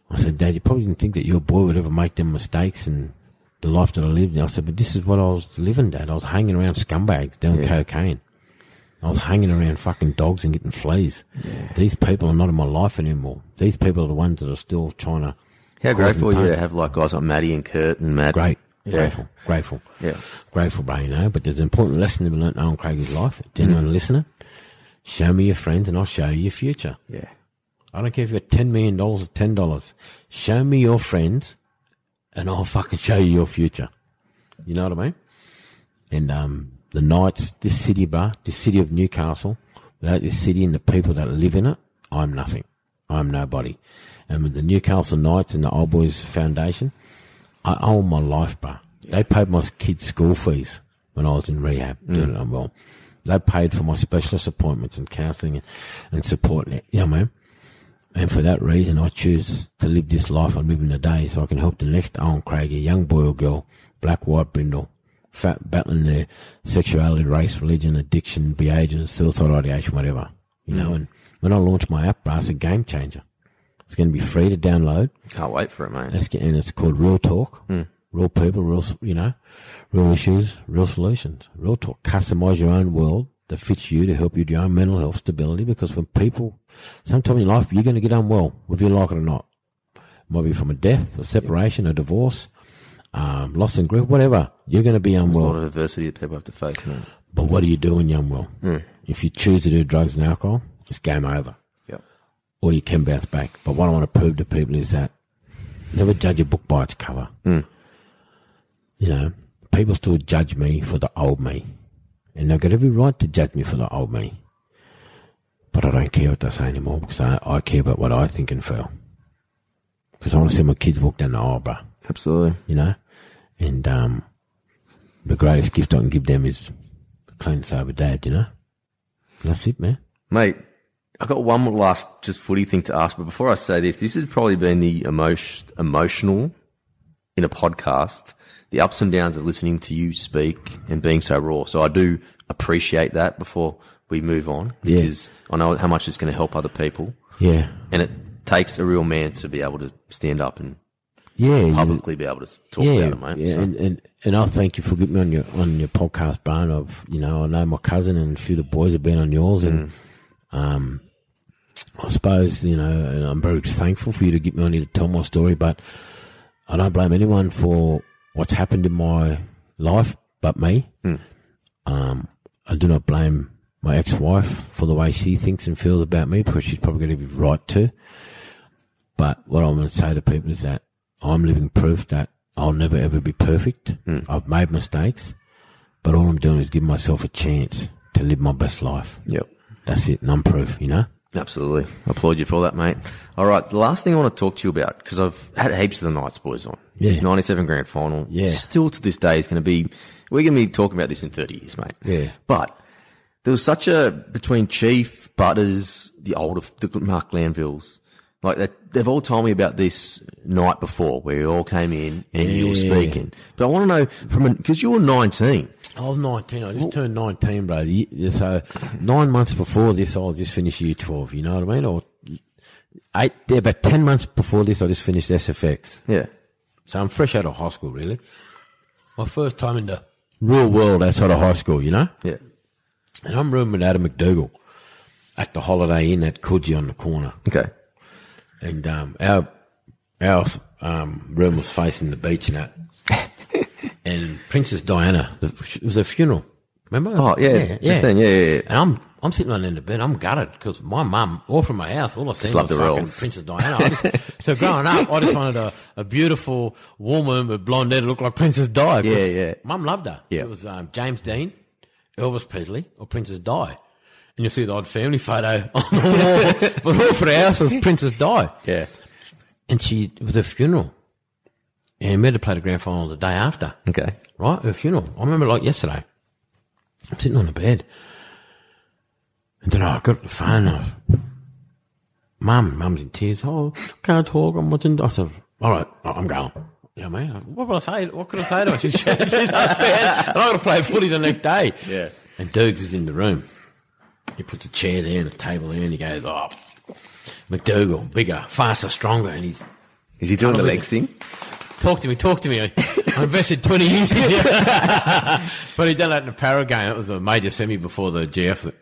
[SPEAKER 4] I said, Dad, you probably didn't think that your boy would ever make them mistakes and the life that I lived. And I said, but this is what I was living, Dad. I was hanging around scumbags doing cocaine. I was hanging around fucking dogs and getting fleas. These people are not in my life anymore. These people are the ones that are still trying to.
[SPEAKER 2] How
[SPEAKER 4] cause
[SPEAKER 2] grateful
[SPEAKER 4] me
[SPEAKER 2] are you
[SPEAKER 4] pain.
[SPEAKER 2] to have like guys like Maddie and Kurt and Matt.
[SPEAKER 4] Great.
[SPEAKER 2] Yeah.
[SPEAKER 4] Grateful. Grateful.
[SPEAKER 2] Yeah.
[SPEAKER 4] Grateful, bro, you know. eh? But there's an important lesson to be learned in Owen Craig's life. To anyone listening, show me your friends and I'll show you your future.
[SPEAKER 2] Yeah.
[SPEAKER 4] I don't care if you've got $10 million or $10. Show me your friends and I'll fucking show you your future. You know what I mean? And um, the Knights, this city, bruh, this city of Newcastle, without this city and the people that live in it, I'm nothing. I'm nobody. And with the Newcastle Knights and the Old Boys Foundation, I owe my life, bruh. They paid my kids' school fees when I was in rehab, doing it unwell. They paid for my specialist appointments and counselling and, and support. You know what I mean? And for that reason, I choose to live this life I'm living today so I can help the next Owen Craig, a young boy or girl, black, white, brindle, fat, battling their sexuality, race, religion, addiction, behavior, suicide ideation, whatever. You know, and when I launch my app, bro, it's a game changer. It's going to be free to download.
[SPEAKER 2] Can't wait for it, mate.
[SPEAKER 4] It's, and it's called Real Talk. Real people, real, s- you know, real issues, real solutions, real talk. Customize your own world that fits you to help you with your own mental health stability because when people, sometime in life, you're going to get unwell, whether you like it or not. Might be from a death, a separation, a divorce, um, loss in grief, whatever. You're going to be
[SPEAKER 2] There's a
[SPEAKER 4] unwell.
[SPEAKER 2] lot of adversity that people have to face, mate.
[SPEAKER 4] But what do you do when you're unwell? If you choose to do drugs and alcohol, it's game over.
[SPEAKER 2] Yep.
[SPEAKER 4] or you can bounce back. But what I want to prove to people is that never judge a book by its cover. You know, people still judge me for the old me, and they've got every right to judge me for the old me. But I don't care what they say anymore because I, I care about what I think and feel. Because I want to see my kids walk down the aisle, bro
[SPEAKER 2] Absolutely.
[SPEAKER 4] you know. And um, the greatest gift I can give them is a clean, sober dad, you know. And that's it, man.
[SPEAKER 2] Mate, I got one more last just footy thing to ask, but before I say this, this has probably been the emotion, emotional in a podcast, the ups and downs of listening to you speak and being so raw. So I do appreciate that before we move on
[SPEAKER 4] Yeah.
[SPEAKER 2] because I know how much it's going to help other people.
[SPEAKER 4] Yeah,
[SPEAKER 2] And it takes a real man to be able to stand up and
[SPEAKER 4] yeah, you-
[SPEAKER 2] publicly be able to talk
[SPEAKER 4] yeah,
[SPEAKER 2] about it, mate.
[SPEAKER 4] yeah.
[SPEAKER 2] So,
[SPEAKER 4] And, and and I thank you for getting me on your on your podcast, Barn. Of you know, I know my cousin and a few of the boys have been on yours, and
[SPEAKER 2] Mm.
[SPEAKER 4] um, I suppose you know, and I'm very thankful for you to get me on here to tell my story. But I don't blame anyone for what's happened in my life, but me.
[SPEAKER 2] Mm.
[SPEAKER 4] Um, I do not blame my ex-wife for the way she thinks and feels about me because she's probably got every right to. But what I'm going to say to people is that I'm living proof that I'll never ever be perfect. I've made mistakes, but all I'm doing is giving myself a chance to live my best life.
[SPEAKER 2] yep.
[SPEAKER 4] That's it, and I'm proof, you know?
[SPEAKER 2] Absolutely. I applaud you for that, mate. All right. The last thing I want to talk to you about, because I've had heaps of the Knights boys on.
[SPEAKER 4] Yeah.
[SPEAKER 2] It's 97 grand final.
[SPEAKER 4] Yeah.
[SPEAKER 2] Still to this day is going to be, we're going to be talking about this in 30 years, mate.
[SPEAKER 4] Yeah.
[SPEAKER 2] But there was such a, between Chief, Butters, the older, the Mark Glanvilles, like they, they've all told me about this night before where you all came in and you were
[SPEAKER 4] Yeah.
[SPEAKER 2] speaking. But I want to know from, because you were 19.
[SPEAKER 4] I was 19. I just turned 19, bro. Y- yeah, So nine months before this, I just finished year 12. You know what I mean? Or eight, yeah, about 10 months before this, I just finished SFX.
[SPEAKER 2] Yeah.
[SPEAKER 4] So I'm fresh out of high school, really. My first time in the real world outside of high school, you know?
[SPEAKER 2] Yeah.
[SPEAKER 4] And I'm rooming with Adam McDougall at the Holiday Inn at Coogee on the corner.
[SPEAKER 2] Okay.
[SPEAKER 4] And um, our our um, room was facing the beach and
[SPEAKER 2] *laughs*
[SPEAKER 4] that. and Princess Diana, the, it was a funeral. Remember?
[SPEAKER 2] Oh, yeah. just then. Yeah. Yeah. yeah.
[SPEAKER 4] And I'm I'm sitting on the end of the bed. I'm gutted because my mum, all from my house, all I've seen
[SPEAKER 2] love the
[SPEAKER 4] was fucking
[SPEAKER 2] rules.
[SPEAKER 4] Princess Diana. I just, so growing up, I just wanted a, a beautiful woman with blonde hair to look like Princess Di. 'cause
[SPEAKER 2] Yeah, yeah.
[SPEAKER 4] Mum loved her.
[SPEAKER 2] Yeah.
[SPEAKER 4] It was um, James Dean, Elvis Presley, or Princess Di. And you'll see the odd family photo *laughs* on the wall. but all for the house was Princess Di.
[SPEAKER 2] Yeah.
[SPEAKER 4] And she, it was a funeral. And we had to play the grand final the day after
[SPEAKER 2] Okay.
[SPEAKER 4] right? Her funeral. I remember like yesterday. I'm sitting on the bed. And then I got the phone off. Mum, mum's in tears. Oh, can't talk. I'm watching. I said, all right, I- I'm going. Yeah, man. What would I say? What could I say to her? She *laughs* said, you know what I'm saying? And I got to play footy the next day.
[SPEAKER 2] Yeah.
[SPEAKER 4] And Dukes is in the room. He puts a chair there and a table there and he goes, oh, McDougal, bigger, faster, stronger. And he's
[SPEAKER 2] Is he doing the legs thing?
[SPEAKER 4] talk to me, talk to me. I, I invested 20 years in you. *laughs* but he done that in a para game. It was a major semi before the GF. that-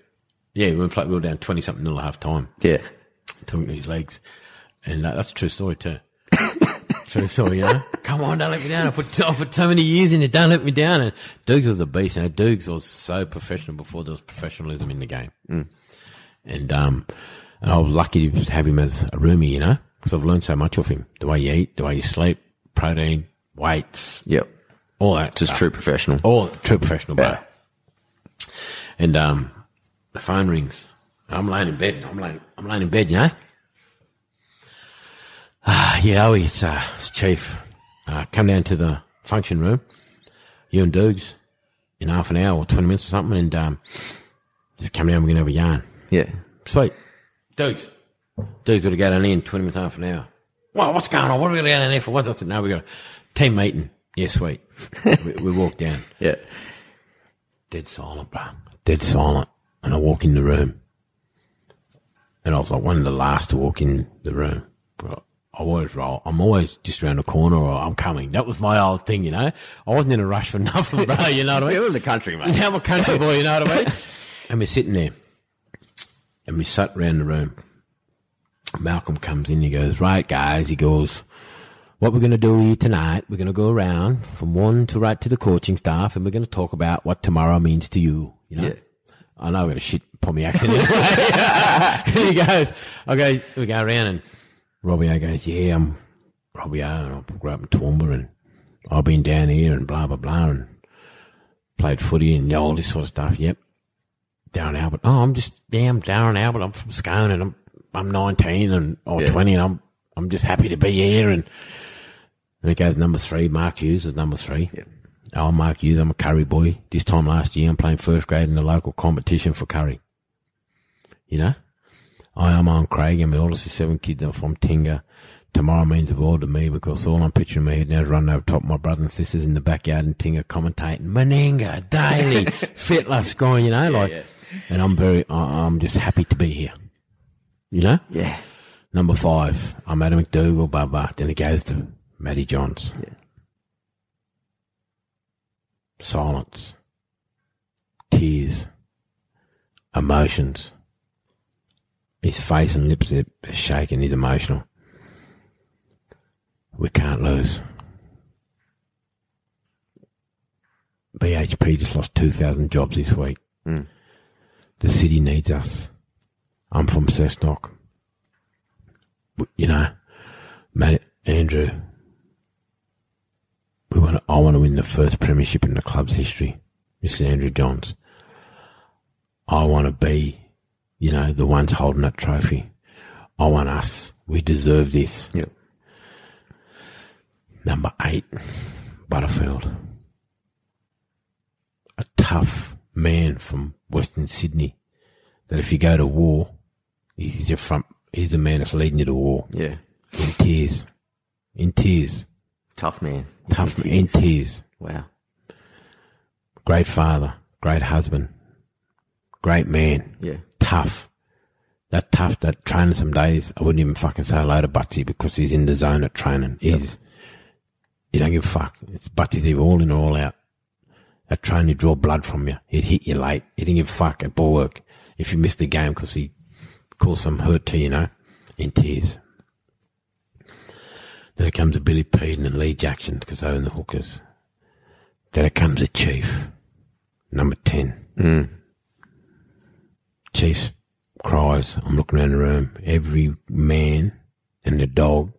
[SPEAKER 4] Yeah, we were, play, we were down 20 something nil at half time,
[SPEAKER 2] Yeah.
[SPEAKER 4] talking to his legs. And that, that's a true story, too. *coughs* true story, you know? Come on, don't let me down. I put, I put so many years in it. Don't let me down. And Dukes was a beast. You know, Dukes was so professional before there was professionalism in the game.
[SPEAKER 2] Mm.
[SPEAKER 4] And, um, and I was lucky to have him as a roomie, you know, because I've learned so much of him. The way you eat, the way you sleep, protein, weights,
[SPEAKER 2] Yep.
[SPEAKER 4] all that.
[SPEAKER 2] Just
[SPEAKER 4] stuff.
[SPEAKER 2] true professional.
[SPEAKER 4] All true professional, bro.
[SPEAKER 2] Yeah.
[SPEAKER 4] And um, the phone rings. I'm laying in bed. I'm laying. I'm laying in bed. You know. Ah, yeah, oh, it's uh, it's Chief. Uh, come down to the function room. You and Dukes in half an hour or twenty minutes or something, and um, just come down. We're gonna have a yarn.
[SPEAKER 2] Yeah.
[SPEAKER 4] Sweet. Dudes. Dudes would have got an in 20 minutes, half an hour. Well, what's going on? What are we going to get down there for? What's that? No, we got a team meeting. Yeah, sweet. *laughs* we, we walk down.
[SPEAKER 2] Yeah.
[SPEAKER 4] Dead silent, bro. Dead silent. And I walk in the room. And I was like one of the last to walk in the room. But I always roll. I'm always just around the corner or I'm coming. That was my old thing, you know. I wasn't in a rush for *laughs* nothing, bro. You know what I mean?
[SPEAKER 2] Oh, You're in the country, mate.
[SPEAKER 4] Now I'm a country boy, you know what I mean? *laughs* And we're sitting there. And we sat round the room. Malcolm comes in, he goes, Right, guys, he goes, What we're going to do here tonight, we're going to go around from one to right to the coaching staff, and we're going to talk about what tomorrow means to you. You know?
[SPEAKER 2] Yeah.
[SPEAKER 4] I know I got a shit pommy accent. *laughs* he goes, I go, we go around and Robbie O goes, yeah, I'm Robbie O and I grew up in Toowoomba and I've been down here and blah, blah, blah and played footy and all this sort of stuff. Yep. Darren Albert. Oh, I'm just, yeah, I'm Darren Albert. I'm from Scone and I'm, I'm 19 and, or 20 and I'm, I'm just happy to be here. And then it goes number three, Mark Hughes is number three. Oh, I'm Mark Hughes. I'm a Curry boy. This time last year, I'm playing first grade in the local competition for Curry. You know? I am on Craig and my oldest is seven kids are from Tinga. Tomorrow means the world to me because all I'm picturing in my head now is running over top of my brothers and sisters in the backyard and Tinga commentating Meninga daily, Fitler scoring, you know, like, and I'm very, I, I'm just happy to be here. You know?
[SPEAKER 2] Yeah.
[SPEAKER 4] Number five, I'm Adam McDougall, blah, blah. Then it goes to Matty Johns.
[SPEAKER 2] Yeah.
[SPEAKER 4] Silence. Tears. Emotions. His face and lips are are shaking. He's emotional. We can't lose. BHP just lost 2,000 jobs this week. The city needs us. I'm from Cessnock. W- You know, Matt, Andrew, we want. To, I want to win the first premiership in the club's history, Mr. Andrew Johns. I want to be, you know, the ones holding that trophy. I want us. We deserve this.
[SPEAKER 2] Yep.
[SPEAKER 4] Number eight, Butterfield. A tough man from Western Sydney that if you go to war, he's your front, he's the man that's leading you to war.
[SPEAKER 2] Yeah.
[SPEAKER 4] In tears. In tears.
[SPEAKER 2] Tough man. *laughs*
[SPEAKER 4] Tough
[SPEAKER 2] Since
[SPEAKER 4] man.
[SPEAKER 2] he
[SPEAKER 4] In
[SPEAKER 2] is.
[SPEAKER 4] tears.
[SPEAKER 2] Wow.
[SPEAKER 4] Great father. Great husband. Great man.
[SPEAKER 2] Yeah.
[SPEAKER 4] Tough. That tough, that training some days, I wouldn't even fucking say hello to Butsy because he's in the zone at training. He's, you don't give a fuck. It's Butsy's either all in or all out. At training, you draw blood from you. He'd hit you late. He didn't give a fuck at ball work if you missed the game because he caused some hurt to you, you know, in tears. Then it comes to Billy Peden and Lee Jackson because they were in the hookers. Then it comes the Chief, number 10. Chiefs cries. I'm looking around the room. Every man and the dog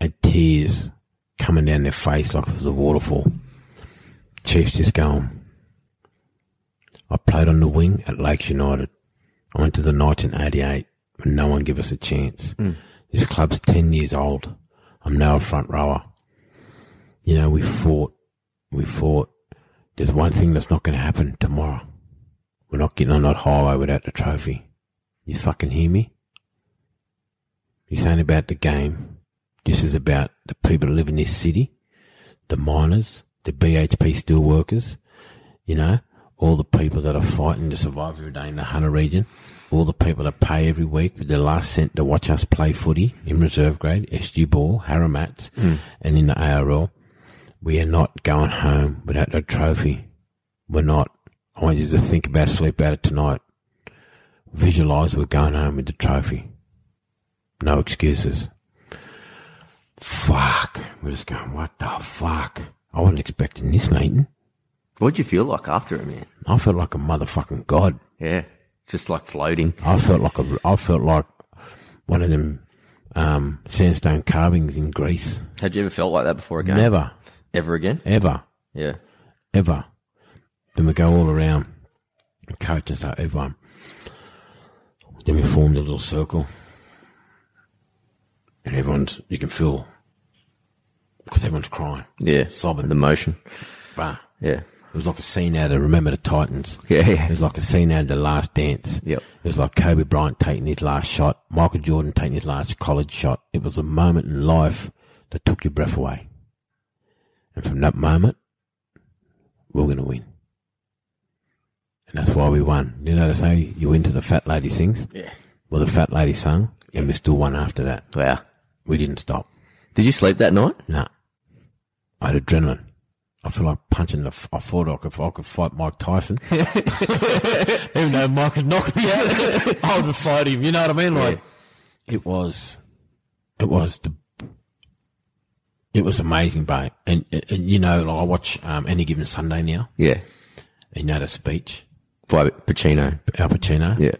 [SPEAKER 4] had tears coming down their face like it was a waterfall. Chiefs just going. I played on the wing at Lakes United. I went to the 1988 when no one gave us a chance. This club's 10 years old. I'm now a front rower. You know, we fought. We fought. There's one thing that's not going to happen tomorrow. We're not getting on that highway without the trophy. You fucking hear me? This ain't about the game. This is about the people that live in this city, the miners, the BHP steel workers, you know, all the people that are fighting to survive every day in the Hunter region, all the people that pay every week with their last cent to watch us play footy in reserve grade, SG Ball, Haramats, and in the ARL. We are not going home without a trophy. We're not. I want you to think about sleep about it tonight. Visualize we're going home with the trophy. No excuses. Fuck. We're just going, what the fuck? I wasn't expecting this meeting.
[SPEAKER 2] What'd you feel like after it, man?
[SPEAKER 4] I felt like a motherfucking god.
[SPEAKER 2] Yeah. Just like floating.
[SPEAKER 4] I felt like a, I felt like one of them um, sandstone carvings in Greece.
[SPEAKER 2] Had you ever felt like that before a game?
[SPEAKER 4] Never,
[SPEAKER 2] Ever again?
[SPEAKER 4] ever,
[SPEAKER 2] Yeah.
[SPEAKER 4] ever. Then we go all around, the coach and stuff, everyone. Then we formed a little circle, and everyone's you can feel because everyone's crying.
[SPEAKER 2] Yeah.
[SPEAKER 4] Sobbing.
[SPEAKER 2] The motion.
[SPEAKER 4] Bah.
[SPEAKER 2] Yeah.
[SPEAKER 4] It was like a scene out of Remember the Titans.
[SPEAKER 2] Yeah, yeah.
[SPEAKER 4] It was like a scene out of The Last Dance.
[SPEAKER 2] Yep.
[SPEAKER 4] It was like Kobe Bryant taking his last shot, Michael Jordan taking his last college shot. It was a moment in life that took your breath away. And from that moment, we're going to win. And that's why we won. You know, they say you win to the fat lady sings.
[SPEAKER 2] Yeah.
[SPEAKER 4] Well, the fat lady sung, and we still won after that.
[SPEAKER 2] Wow.
[SPEAKER 4] We didn't stop.
[SPEAKER 2] Did you sleep that night?
[SPEAKER 4] Nah. I had adrenaline. I feel like punching the. F- I thought I could, I could fight
[SPEAKER 2] *laughs*
[SPEAKER 4] Mike Tyson. *laughs* Even though Mike could knock me
[SPEAKER 2] *laughs*
[SPEAKER 4] out, I would fight him. You know what I mean? Like, it was, it was the, it was amazing, bro. And, and you know, like I watch um, Any Given Sunday now,
[SPEAKER 2] Yeah.
[SPEAKER 4] and you know the speech.
[SPEAKER 2] by Pacino.
[SPEAKER 4] Al Pacino.
[SPEAKER 2] Yeah.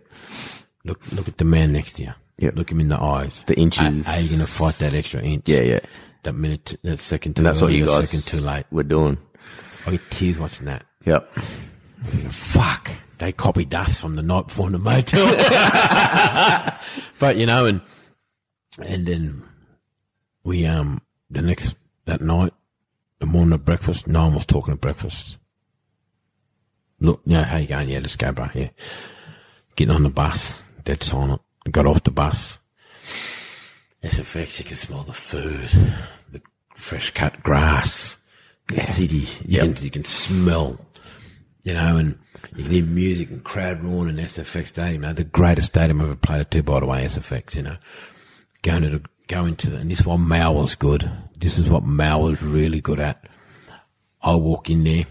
[SPEAKER 4] Look, look at the man next to you.
[SPEAKER 2] Yeah.
[SPEAKER 4] Look him in the eyes.
[SPEAKER 2] The inches.
[SPEAKER 4] Are, are you going to fight that extra inch?
[SPEAKER 2] Yeah, yeah.
[SPEAKER 4] That minute, t- that second too
[SPEAKER 2] And that's what
[SPEAKER 4] early,
[SPEAKER 2] you
[SPEAKER 4] that
[SPEAKER 2] guys
[SPEAKER 4] second too late.
[SPEAKER 2] were doing.
[SPEAKER 4] I get tears watching that.
[SPEAKER 2] Yep.
[SPEAKER 4] fuck, they copied us from the night before in the motel. *laughs* but you know, and and then we um the next that night, the morning of breakfast, no one was talking at breakfast. Look, yeah, how you going? Yeah, let's go, bro. Yeah, getting on the bus, dead silent. Got off the bus. It's a fact you can smell the food, the fresh cut grass, the city. You, can, you can smell you know, and you can hear music and crowd roaring in SFX Stadium. You know, the greatest stadium I've ever played at two, by the way, SFX, you know. Going to the, going to the, and this is what Mao was good. This is what Mao was really good at. I walk in there,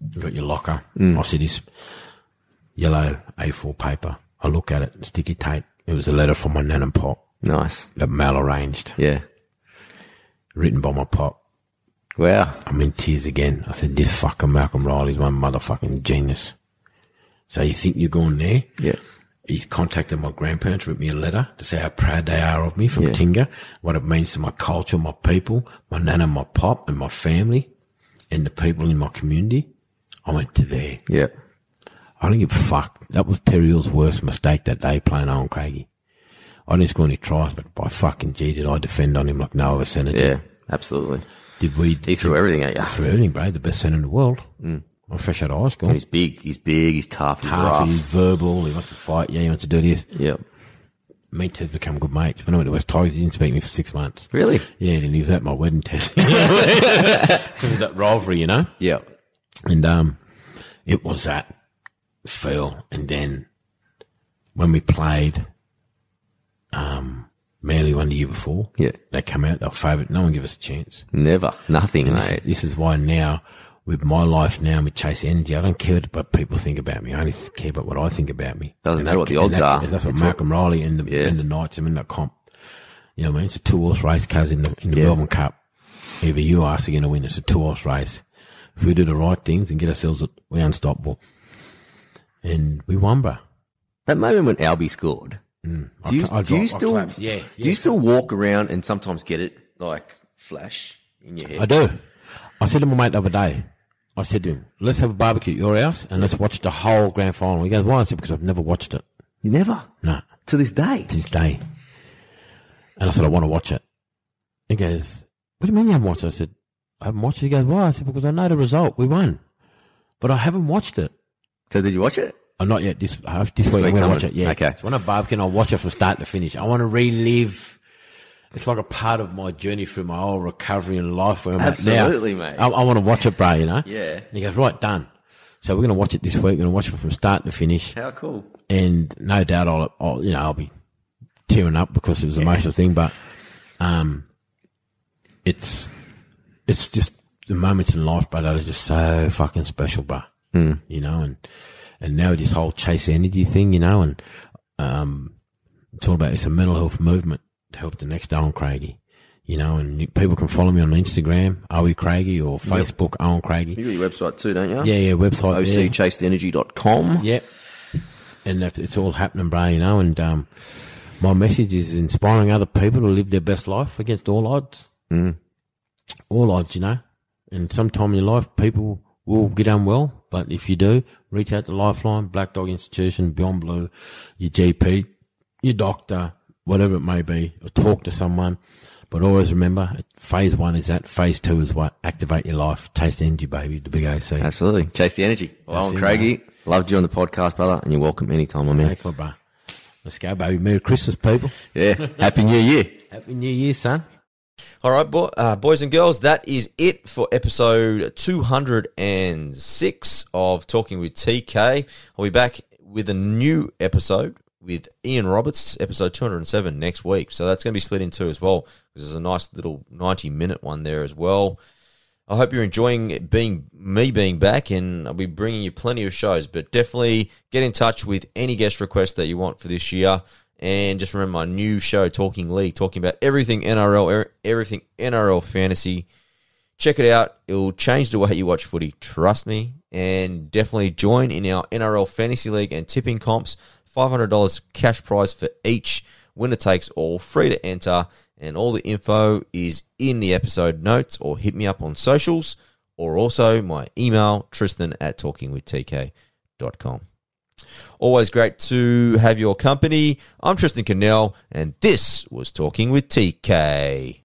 [SPEAKER 4] you've got your locker. I see this yellow A4 paper. I look at it, sticky tape. It was a letter from my nan and pop
[SPEAKER 2] Nice.
[SPEAKER 4] that Mal arranged,
[SPEAKER 2] Yeah.
[SPEAKER 4] written by my pop.
[SPEAKER 2] Wow.
[SPEAKER 4] I'm in tears again. I said, this fucking Malcolm Riley's my motherfucking genius. So you think you're going there?
[SPEAKER 2] Yeah.
[SPEAKER 4] He's contacted my grandparents, wrote me a letter to say how proud they are of me from
[SPEAKER 2] Yeah.
[SPEAKER 4] Tinga, what it means to my culture, my people, my nana, my pop, and my family, and the people in my community. I went to there.
[SPEAKER 2] Yeah.
[SPEAKER 4] I don't give a fuck. That was Terry Hill's worst mistake that day playing on Craigie. I didn't score any tries, but by fucking G did I defend on him like no other senator.
[SPEAKER 2] Yeah. Absolutely.
[SPEAKER 4] Did we?
[SPEAKER 2] He threw everything at you.
[SPEAKER 4] for everything, bro. The best centre in the world. I'm fresh out of high school.
[SPEAKER 2] And he's big. He's big. He's tough. He's
[SPEAKER 4] Half
[SPEAKER 2] rough.
[SPEAKER 4] he's verbal. He wants to fight. Yeah, he wants to do this.
[SPEAKER 2] Yep.
[SPEAKER 4] Me and Ted become good mates. When I went to West Tigers, he didn't speak to me for six months.
[SPEAKER 2] Really?
[SPEAKER 4] Yeah, and he was at my wedding, Ted. *laughs* Because of that rivalry, you know?
[SPEAKER 2] Yep.
[SPEAKER 4] And um, it was that feel. And then when we played um, Manly one the year before,
[SPEAKER 2] Yeah.
[SPEAKER 4] they come out, they're favourite. No one give us a chance.
[SPEAKER 2] Never. Nothing,
[SPEAKER 4] And this, is,
[SPEAKER 2] mate.
[SPEAKER 4] this is why now, with my life now, we chase energy. I don't care what people think about me. I only care about what I think about me.
[SPEAKER 2] Doesn't
[SPEAKER 4] And
[SPEAKER 2] matter
[SPEAKER 4] that-
[SPEAKER 2] what the
[SPEAKER 4] and
[SPEAKER 2] odds
[SPEAKER 4] that's-
[SPEAKER 2] are.
[SPEAKER 4] That's what Malcolm Riley and the,
[SPEAKER 2] Yeah.
[SPEAKER 4] and the Knights are in that comp. You know what I mean? It's a two horse race, cuz in the, in the
[SPEAKER 2] Yeah.
[SPEAKER 4] Melbourne Cup. Either you or us are going to win. It's a two horse race. If we do the right things and get ourselves, a- we're unstoppable. And we won, bro.
[SPEAKER 2] That moment when Albie scored.
[SPEAKER 4] I
[SPEAKER 2] Do you,
[SPEAKER 4] cla- I
[SPEAKER 2] do you
[SPEAKER 4] dropped- I
[SPEAKER 2] still?
[SPEAKER 4] collapsed. Yeah. yeah.
[SPEAKER 2] do you still walk around and sometimes get it like flash in your head?
[SPEAKER 4] I do. I said to my mate the other day, I said to him, let's have a barbecue at your house and let's watch the whole grand final. He goes, why? I said, because I've never watched it.
[SPEAKER 2] You never.
[SPEAKER 4] No,
[SPEAKER 2] To this day.
[SPEAKER 4] to this day. And I said, I want to watch it. He goes, what do you mean you haven't watched it? I said, I haven't watched it. He goes, why? I said, because I know the result. We won. But I haven't watched it.
[SPEAKER 2] So did you watch it?
[SPEAKER 4] Oh, not yet. This uh, this week
[SPEAKER 2] week
[SPEAKER 4] I'm going to
[SPEAKER 2] coming.
[SPEAKER 4] watch it. Yeah.
[SPEAKER 2] Okay.
[SPEAKER 4] So when I barbecue, I'll watch it from start to finish. I want to relive. It's like a part of my journey through my whole recovery and life where I'm
[SPEAKER 2] Absolutely,
[SPEAKER 4] at now.
[SPEAKER 2] mate.
[SPEAKER 4] I, I want to watch it, bro. You know.
[SPEAKER 2] Yeah.
[SPEAKER 4] And he goes right done. So we're going to watch it this week. We're going to watch it from start to finish,
[SPEAKER 2] How cool.
[SPEAKER 4] and no doubt I'll, I'll you know I'll be tearing up because it was an emotional thing, but um, it's it's just the moments in life, bro, that are just so fucking special, bro. Mm. You know, and and now this whole chase energy thing, you know, and um, it's all about it's a mental health movement to help the next Owen Craigie. You know, and you- people can follow me on Instagram, Owen Craigie, or Facebook, Owen Craigie.
[SPEAKER 2] You got your website too, don't you?
[SPEAKER 4] Yeah, yeah, website. there.
[SPEAKER 2] OCchasedenergy.com.
[SPEAKER 4] Yep. And that it's all happening, bro, you know, and um, my message is inspiring other people to live their best life against all odds. Mm. All odds, you know. And sometime in your life, people will get unwell, but if you do, reach out to Lifeline, Black Dog Institution, Beyond Blue, your GP, your doctor, whatever it may be, or talk to someone. But always remember, phase one is that. Phase two is what activate your life, taste energy, baby. The big AC.
[SPEAKER 2] Absolutely. Chase the energy. Well,
[SPEAKER 4] That's
[SPEAKER 2] I'm
[SPEAKER 4] it,
[SPEAKER 2] Craigie. Loved you on the podcast, brother, and you're welcome anytime, my man.
[SPEAKER 4] Thanks, my bro. Let's go, baby. Merry Christmas, people.
[SPEAKER 2] Yeah. Happy New Year.
[SPEAKER 4] Happy New Year, son.
[SPEAKER 5] All right, bo- uh, boys and girls, that is it for episode 206 of Talking with TK. I'll be back with a new episode with Ian Roberts, episode 207 next week. So that's going to be split in two as well, because there's a nice little 90 minute one there as well. I hope you're enjoying it being me being back, and I'll be bringing you plenty of shows. But definitely get in touch with any guest requests that you want for this year, and just remember my new show, Talking League, talking about everything NRL, er- everything NRL fantasy. Check it out. It'll change the way you watch footy, trust me. And definitely join in our NRL Fantasy League and tipping comps. $500 cash prize for each. Winner takes all, free to enter. And all the info is in the episode notes or hit me up on socials or also my email, tristan at talkingwithtk.com. Always great to have your company. I'm Tristan Cannell, and this was Talking with TK.